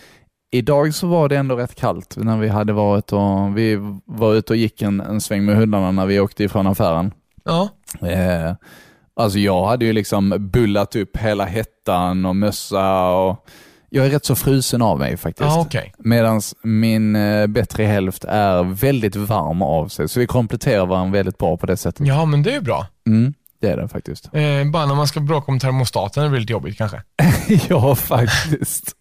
idag så var det ändå rätt kallt när vi hade varit och vi var ute och gick en, en sväng med hundarna när vi åkte ifrån affären.
ja,
Eh, alltså jag hade ju liksom bullat upp hela hettan och mössa och jag är rätt så frusen av mig faktiskt.
ja okej.
Medan min eh, bättre hälft är väldigt varm av sig, så vi kompletterar varandra väldigt bra på det sättet.
Ja, men det är ju bra.
Mm, det är den faktiskt.
Eh, bara när man ska bråka om termostaten det blir lite jobbigt kanske.
ja, faktiskt.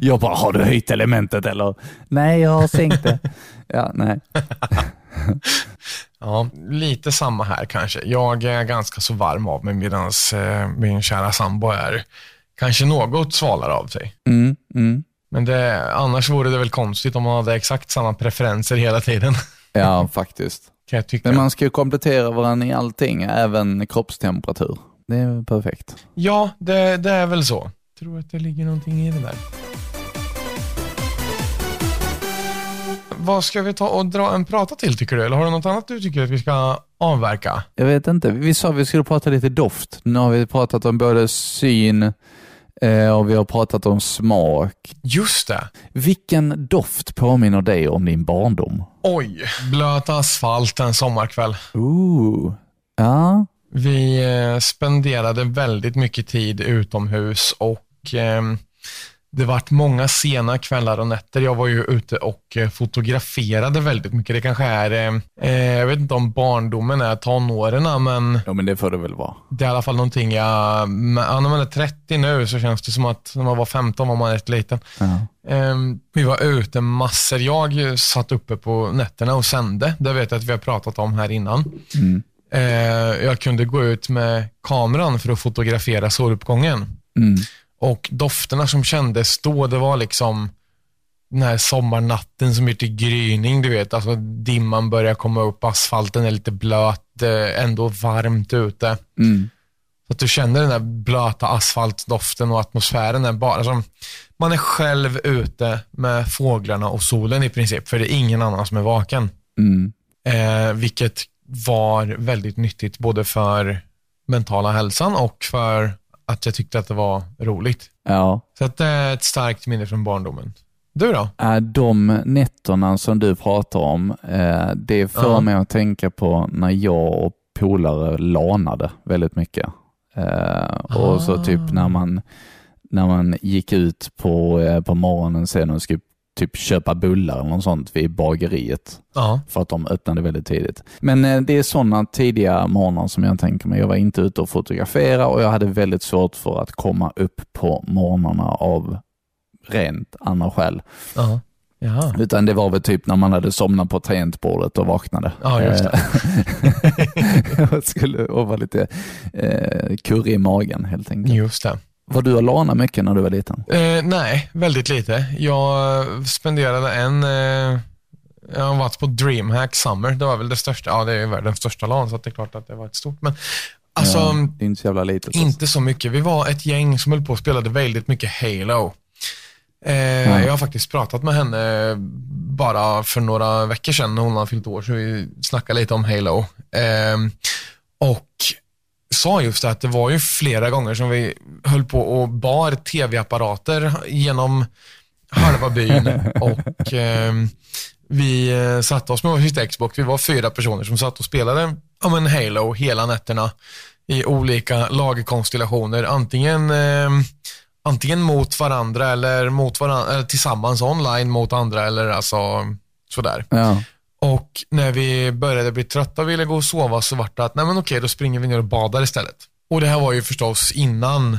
Jag bara, har du höjt elementet eller? Nej, jag har sänkt det. ja, nej.
Ja, lite samma här kanske. Jag är ganska så varm av mig medan eh, min kära sambo är kanske något svalare av sig.
Mm, mm.
Men det, annars vore det väl konstigt om man hade exakt samma preferenser hela tiden.
Ja, faktiskt.
Kan jag tycka.
Men man ska ju komplettera varandra i allting, även kroppstemperatur. Det är ju perfekt.
Ja, det, det är väl så. Tror att det ligger någonting i det där. Vad ska vi ta och dra en prata till tycker du? Eller har du något annat du tycker att vi ska avverka?
Jag vet inte, vi sa vi skulle prata lite doft. Nu har vi pratat om både syn eh, och vi har pratat om smak.
Just det.
Vilken doft påminner dig om din barndom?
Oj, blöt asfalt en sommarkväll.
Ooh. Ja,
Vi eh, spenderade väldigt mycket tid utomhus och ehm, det vart många sena kvällar och nätter. Jag var ju ute och eh, fotograferade väldigt mycket. Det kanske är, eh, eh, jag vet inte om barndomen är tonåren, men
ja men det får det väl vara.
det är i alla fall någonting jag, men- ja, när man är 30 nu så känns det som att när man var 15 var man rätt liten.
Ja.
Ehm, Vi var ute massor. Jag satt uppe på nätterna och sände. Det vet jag att vi har pratat om här innan.
Mm.
Eh, Jag kunde gå ut med kameran för att fotografera soluppgången.
Mm.
Och dofterna som kändes då, det var liksom den här sommarnatten som är till gryning, du vet. Alltså dimman börjar komma upp, asfalten är lite blöt, eh, ändå varmt ute.
Mm.
Så att du känner den där blöta asfaltdoften och atmosfären är bara som, man är själv ute med fåglarna och solen i princip, för det är ingen annan som är vaken.
Mm.
Eh, vilket var väldigt nyttigt både för mentala hälsan och för att jag tyckte att det var roligt.
Ja.
Så att det är ett starkt minne från barndomen. Du då?
Äh, De nätterna som du pratar om, eh, det får
Ja.
mig att tänka på när jag och polare lanade väldigt mycket. Eh, och så typ när man, när man gick ut på, eh, på morgonen sen och skulle typ köpa bullar eller något sånt vid bageriet
Ja.
för att de öppnade väldigt tidigt. Men eh, det är sådana tidiga morgnar som jag tänker mig. Jag var inte ute och fotografera och jag hade väldigt svårt för att komma upp på morgnarna av rent andra skäl.
Ja. Ja.
Utan det var väl typ när man hade somnat på tangentbordet och vaknade.
Ja, just det.
Eh, och skulle och var lite eh, kurrig i magen helt enkelt.
Just det.
Var du och lana mycket när du var liten?
Eh, nej, väldigt lite. Jag eh, spenderade en... Eh, jag har varit på Dreamhack Summer. Det var väl det största. Ja, det är ju världens största LAN, så att det är klart att det var ett stort. Men alltså,
Ja, det är inte så jävla litet.
inte så mycket. Vi var ett gäng som höll på och spelade väldigt mycket Halo. Eh, Jag har faktiskt pratat med henne eh, bara för några veckor sedan när hon har fyllt år, så vi snackade lite om Halo. Eh, och sa just det att det var ju flera gånger som vi höll på och bar tv-apparater genom halva byn och eh, vi eh, satte oss med varsitt Xbox. Vi var fyra personer som satt och spelade ja, men Halo hela nätterna i olika lagkonstellationer. Antingen, eh, antingen mot varandra eller mot varandra, eller tillsammans online mot andra eller alltså sådär.
Ja.
Och när vi började bli trötta och ville gå och sova så vart det att, nej men okej, då springer vi ner och badar istället. Och det här var ju förstås innan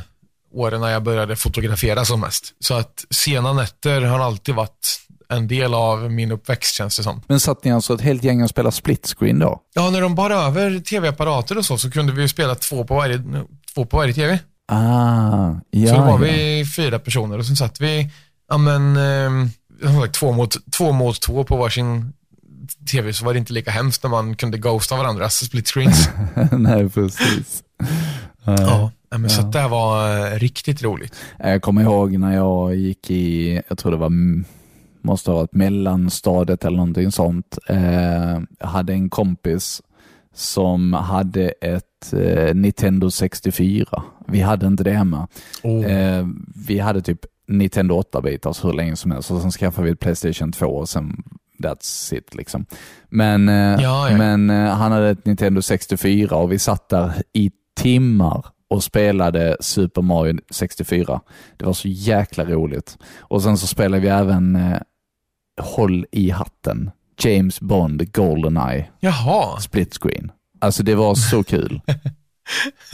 åren när jag började fotografera som mest. Så att sena nätter har alltid varit en del av min uppväxt känns det som.
Men satt ni alltså ett helt gäng och spelade split screen då?
Ja, när de bar över tv-apparater och så, så kunde vi ju spela två på varje, två på varje tv.
Ah, ja.
Så då var
ja.
vi fyra personer och sen satt vi, ja men, eh, som sagt, två, mot, två mot två på varsin tv så var det inte lika hemskt när man kunde ghosta varandras split screens.
Nej, precis.
ja. ja, men så att det här var eh, riktigt roligt.
Jag Eh, kommer ihåg när jag gick i, jag tror det var, m- måste ha varit mellanstadiet eller någonting sånt. Eh, jag hade en kompis som hade ett eh, Nintendo 64. Vi hade inte det hemma.
Mm.
Eh, vi hade typ Nintendo 8-bitar så hur länge som helst och sen skaffade vi ett Playstation 2 och sen that's it liksom. Men, eh,
Ja, ja.
men eh, han hade ett Nintendo 64 och vi satt där i timmar och spelade Super Mario 64. Det var så jäkla roligt. Och sen så spelade vi även eh, Håll i hatten, James Bond, Goldeneye
Jaha,
split screen. Alltså det var så kul.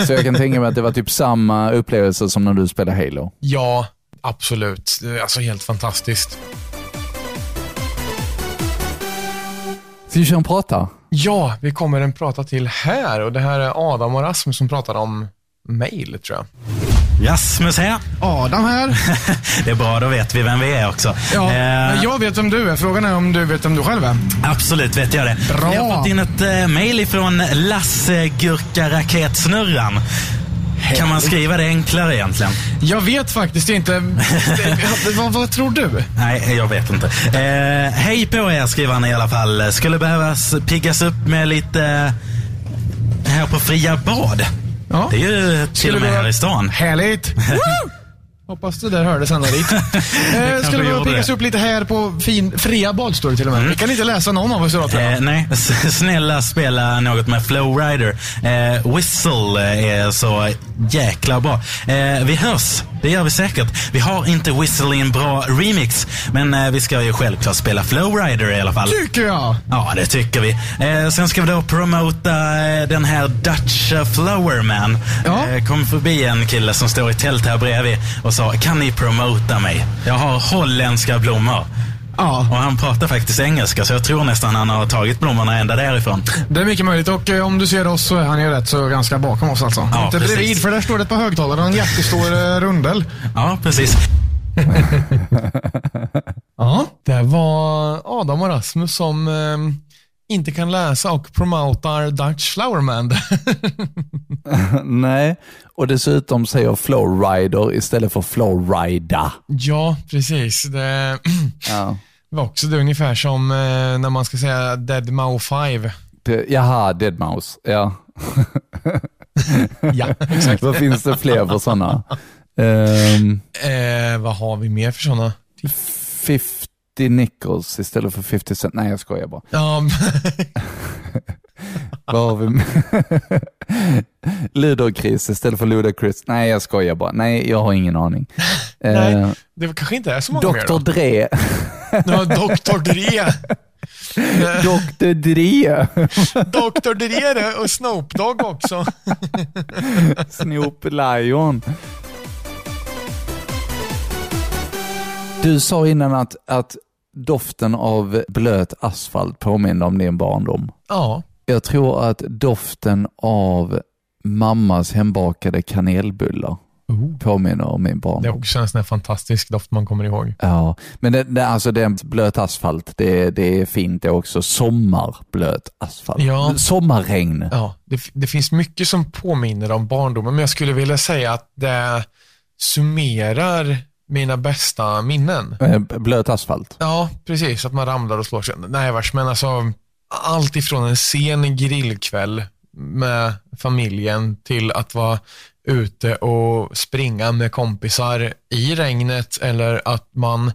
så jag kan tänka mig att det var typ samma upplevelse som när du spelade Halo.
ja, absolut. Det är Alltså helt fantastiskt.
Ska vi köra en prata?
Ja, vi kommer en prata till här och det här är Adam och Rasmus som pratar om mail tror jag.
Jasmus här.
Adam här.
Det är bra, då vet vi vem vi är också.
Ja,
Eh,
men jag vet vem du är. Frågan är om du vet vem du själv är.
Absolut vet jag det.
Bra.
Jag har fått in ett eh, mail ifrån Lasse Gurka Raketsnurran. Kan man skriva det enklare egentligen?
Jag vet faktiskt inte. vad, vad tror du?
Nej, jag vet inte. Eh, hej på er skriver han i alla fall. Skulle behövas piggas upp med lite eh, här på Fria Bad.
Ja.
Det är ju till och med här i stan.
Härligt! Woo! Hoppas det där hördes ända dit. Eh,
kanske
skulle behöva
gjorde
piggas
det. Mm.
upp lite här på fin, fria bad står det till och med. Vi kan inte läsa någon av oss idag tror jag.
Eh, nej, S- snälla spela något med Flowrider. Eh, Whistle eh, är så jäkla bra. Eh, vi hörs, det gör vi säkert. Vi har inte Whistle i en bra remix, men eh, vi ska ju självklart spela Flowrider i alla fall.
Tycker jag!
Ja, det tycker vi. Eh, sen ska vi då promota eh, den här Dutch Flowerman.
Ja.
Eh, kom förbi en kille som står i tält här bredvid och sa, kan ni promota mig? Jag har holländska blommor.
Ja,
Och han pratar faktiskt engelska, så jag tror nästan han har tagit blommorna ända därifrån.
det är mycket möjligt. Och eh, om du ser oss så är han ju rätt så ganska bakom oss alltså.
Ja,
inte
precis.
bredvid, för där står det ett par högtalare och en jättestor eh, rundel.
Ja, precis.
Ja, det var Adam och Rasmus som ehm, inte kan läsa och promotar Dutch Flowerman.
Nej, och dessutom säger Flowrider istället för Flowrida.
ja, precis. Det
Ja.
var också det ungefär som eh, när man ska säga Dead Mau 5.
Det, jaha, Deadmouse. Ja.
Ja, exakt.
Vad finns det fler för Ehm, sådana?
eh, vad har vi mer för sådana?
50 nickels istället för 50 cent. Nej, jag skojar bara.
Ja,
Vad har vi? Ludacris istället för Ludacris. Nej, jag skojar bara. Nej, jag har ingen aning. Eh,
Nej, det kanske inte är så många mer
Dr. Dre.
då. Ja, Dr. Dre.
Dr. Dre.
Dr. Dre och Snoop Dogg också.
Snoop Lion. Du sa innan att, att doften av blöt asfalt påminner om din barndom.
Ja,
Jag tror att doften av mammas hembakade kanelbullar påminner om min
det är
barndom.
också en sån här fantastisk doft man kommer ihåg.
Ja, men det, det, alltså det är blöt asfalt, det, det är fint det också. Sommarblöt asfalt.
Ja.
Sommarregn.
Ja, det, f- det finns mycket som påminner om barndomen, men jag skulle vilja säga att det summerar mina bästa minnen.
Eh, Blöt asfalt.
Ja, precis. Att man ramlar och slår sig. Nej, vars, men alltså allt ifrån en sen grillkväll med familjen till att vara ute och springa med kompisar i regnet eller att man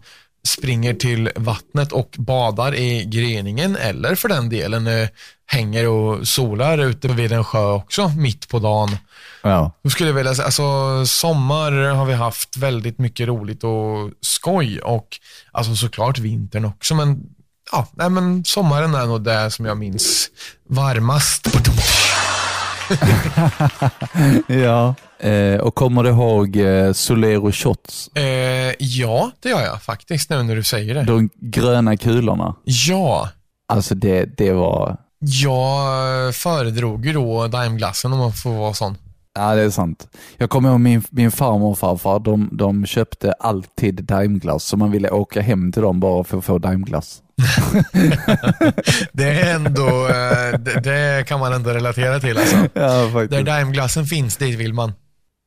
springer till vattnet och badar i gryningen eller för den delen eh, hänger och solar ute vid en sjö också mitt på dagen.
Ja.
Då skulle jag vilja säga, alltså sommar har vi haft väldigt mycket roligt och skoj och alltså såklart vintern också men ja, nej men sommaren är nog det som jag minns varmast.
ja. Eh, och kommer du ihåg eh, Solero Shots?
Eh, ja, det gör jag faktiskt nu när du säger det.
De gröna kulorna.
Ja,
Alltså det, det var...
jag föredrog ju då Daimglassen om man får vara sån.
Ja, det är sant. Jag kommer ihåg min, min farmor och farfar, de, de köpte alltid daimglass, så man ville åka hem till dem bara för att få daimglass.
Det är ändå, eh, det, det kan man ändå relatera till alltså.
Ja,
Där Daimglassen finns, dit vill man.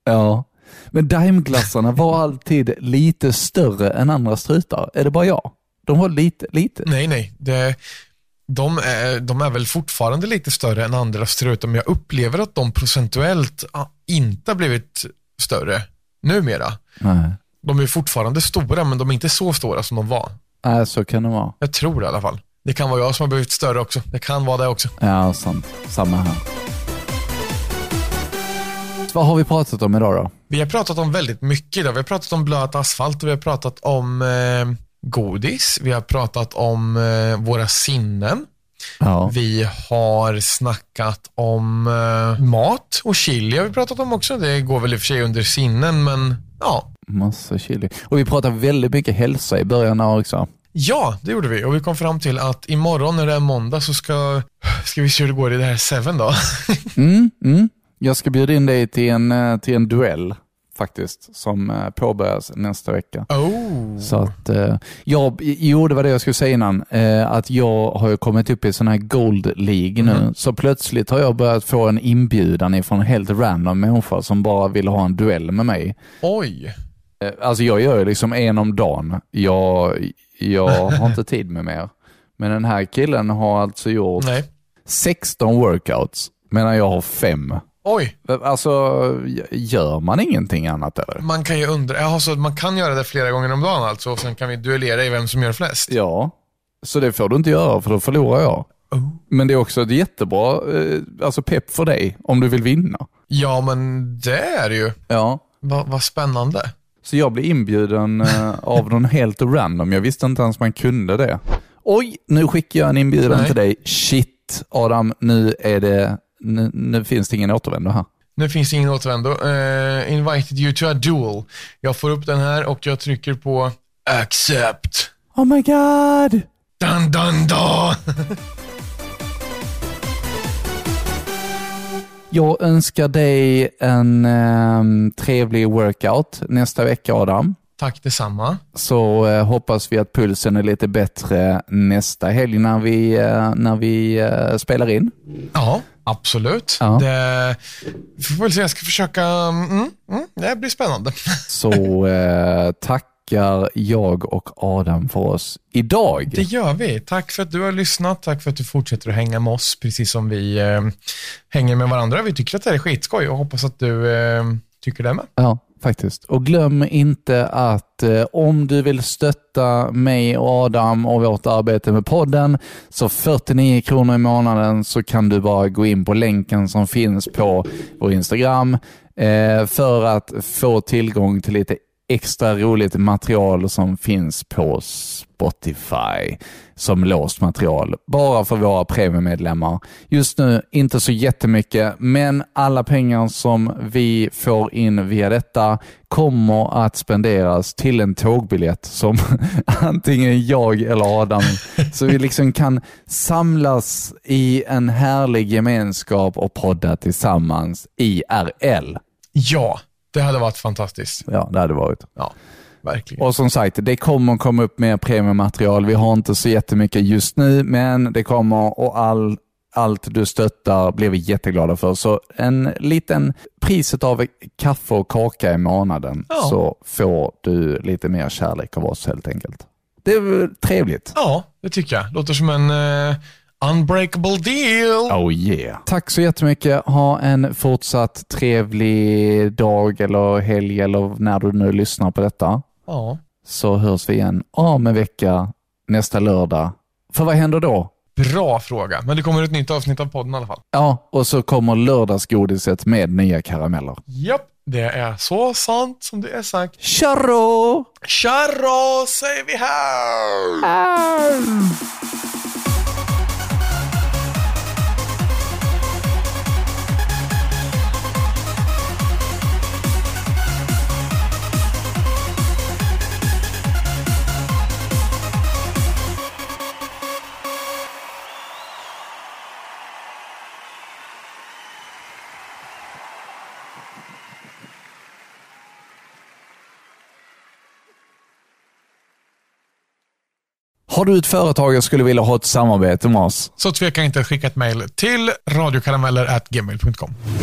Ja. Men daimglassarna var alltid lite större än andra strutar. Är det bara jag? De var lite, lite.
Nej, nej. Det, de, är, de är väl fortfarande lite större än andra strutar, men jag upplever att de procentuellt ah, inte har blivit större numera.
Nej.
De är fortfarande stora, men de är inte så stora som de var.
Nej, så kan det vara.
Jag tror det i alla fall. Det kan vara jag som har blivit större också. Det kan vara det också.
Ja, sant. Samma här. Så vad har vi pratat om idag då?
Vi har pratat om väldigt mycket idag. Vi har pratat om blöt asfalt och vi har pratat om eh, godis. Vi har pratat om eh, våra sinnen.
Ja.
Vi har snackat om eh, mat och chili har vi pratat om också. Det går väl i och för sig under sinnen, men ja.
Massa chili. Och vi pratade väldigt mycket hälsa i början här också.
Ja, det gjorde vi och vi kom fram till att imorgon när det är måndag så ska, ska vi se hur det går i det här Seven då.
Mm, mm. Jag ska bjuda in dig till en, eh, till en duell faktiskt, som eh, påbörjas nästa vecka.
Oh.
Så att, eh, jag, jo, det var det jag skulle säga innan. Eh, att jag har ju kommit upp i sån här Gold League nu. Så plötsligt har jag börjat få en inbjudan ifrån helt random människor som bara vill ha en duell med mig.
Oj.
Eh, Alltså jag gör ju liksom en om dagen. Jag, jag har inte tid med mer. Men den här killen har alltså gjort
Nej.
16 workouts medan jag har fem.
Oj,
Alltså, gör man ingenting annat eller?
man kan ju undra. Jaha, så man kan göra det flera gånger om dagen alltså och sen kan vi duellera i vem som gör flest.
Ja. Så det får du inte göra för då förlorar jag. Men det är också ett jättebra eh, alltså pepp för dig om du vill vinna.
Ja, men det är det ju.
Ja.
Va, vad spännande.
Så jag blev inbjuden eh, av någon helt random. Jag visste inte ens man kunde det. Oj, nu skickar jag en inbjudan
Nej.
till dig. Shit, Adam, nu är det... Nu, nu finns det ingen återvändo här.
Nu finns det ingen återvändo. Eh, invited you to a duel. Jag får upp den här och jag trycker på accept.
Oh my god!
Dun, dun, dun.
Jag önskar dig en ehm, trevlig workout nästa vecka, Adam.
Tack detsamma.
så eh, hoppas vi att pulsen är lite bättre nästa helg när vi, eh, när vi eh, spelar in.
Ja, absolut.
Ja.
Det, vi får väl se, jag ska försöka. Mm, mm, det blir spännande.
Så eh, tackar jag och Adam för oss idag.
Det gör vi. Tack för att du har lyssnat. Tack för att du fortsätter att hänga med oss, precis som vi eh, hänger med varandra. Vi tycker att det här är skitskoj och hoppas att du eh, tycker det med.
Ja, Faktiskt. Och glöm inte att eh, om du vill stötta mig och Adam och vårt arbete med podden så 49 kronor i månaden så kan du bara gå in på länken som finns på vår Instagram eh, för att få tillgång till lite extra roligt material som finns på Spotify som låst material, bara för våra premiummedlemmar. Just nu inte så jättemycket, men alla pengar som vi får in via detta kommer att spenderas till en tågbiljett som antingen jag eller Adam, så vi liksom kan samlas i en härlig gemenskap och podda tillsammans IRL.
Ja, det hade varit fantastiskt.
Ja, det hade varit.
Ja, verkligen.
Och som sagt, det kommer komma upp mer premiummaterial. Vi har inte så jättemycket just nu, men det kommer och all, allt du stöttar blir vi jätteglada för. Så en liten priset av kaffe och kaka i månaden
Ja.
så får du lite mer kärlek av oss helt enkelt. Det är väl trevligt.
Ja, det tycker jag. Låter som en eh, unbreakable deal.
Oh yeah. Tack så jättemycket. Ha en fortsatt trevlig dag eller helg eller när du nu lyssnar på detta.
Ja.
så hörs vi igen om en vecka nästa lördag. För vad händer då?
Bra fråga, men det kommer ett nytt avsnitt av podden i alla fall.
Ja, och så kommer lördagsgodiset med nya karameller.
Japp, det är så sant som det är sagt.
Tjaro!
Tjarra säger vi här!
Har du ett företag och skulle vilja ha ett samarbete med oss?
Så tveka inte att skicka ett mejl till radiokarameller.gmail.com.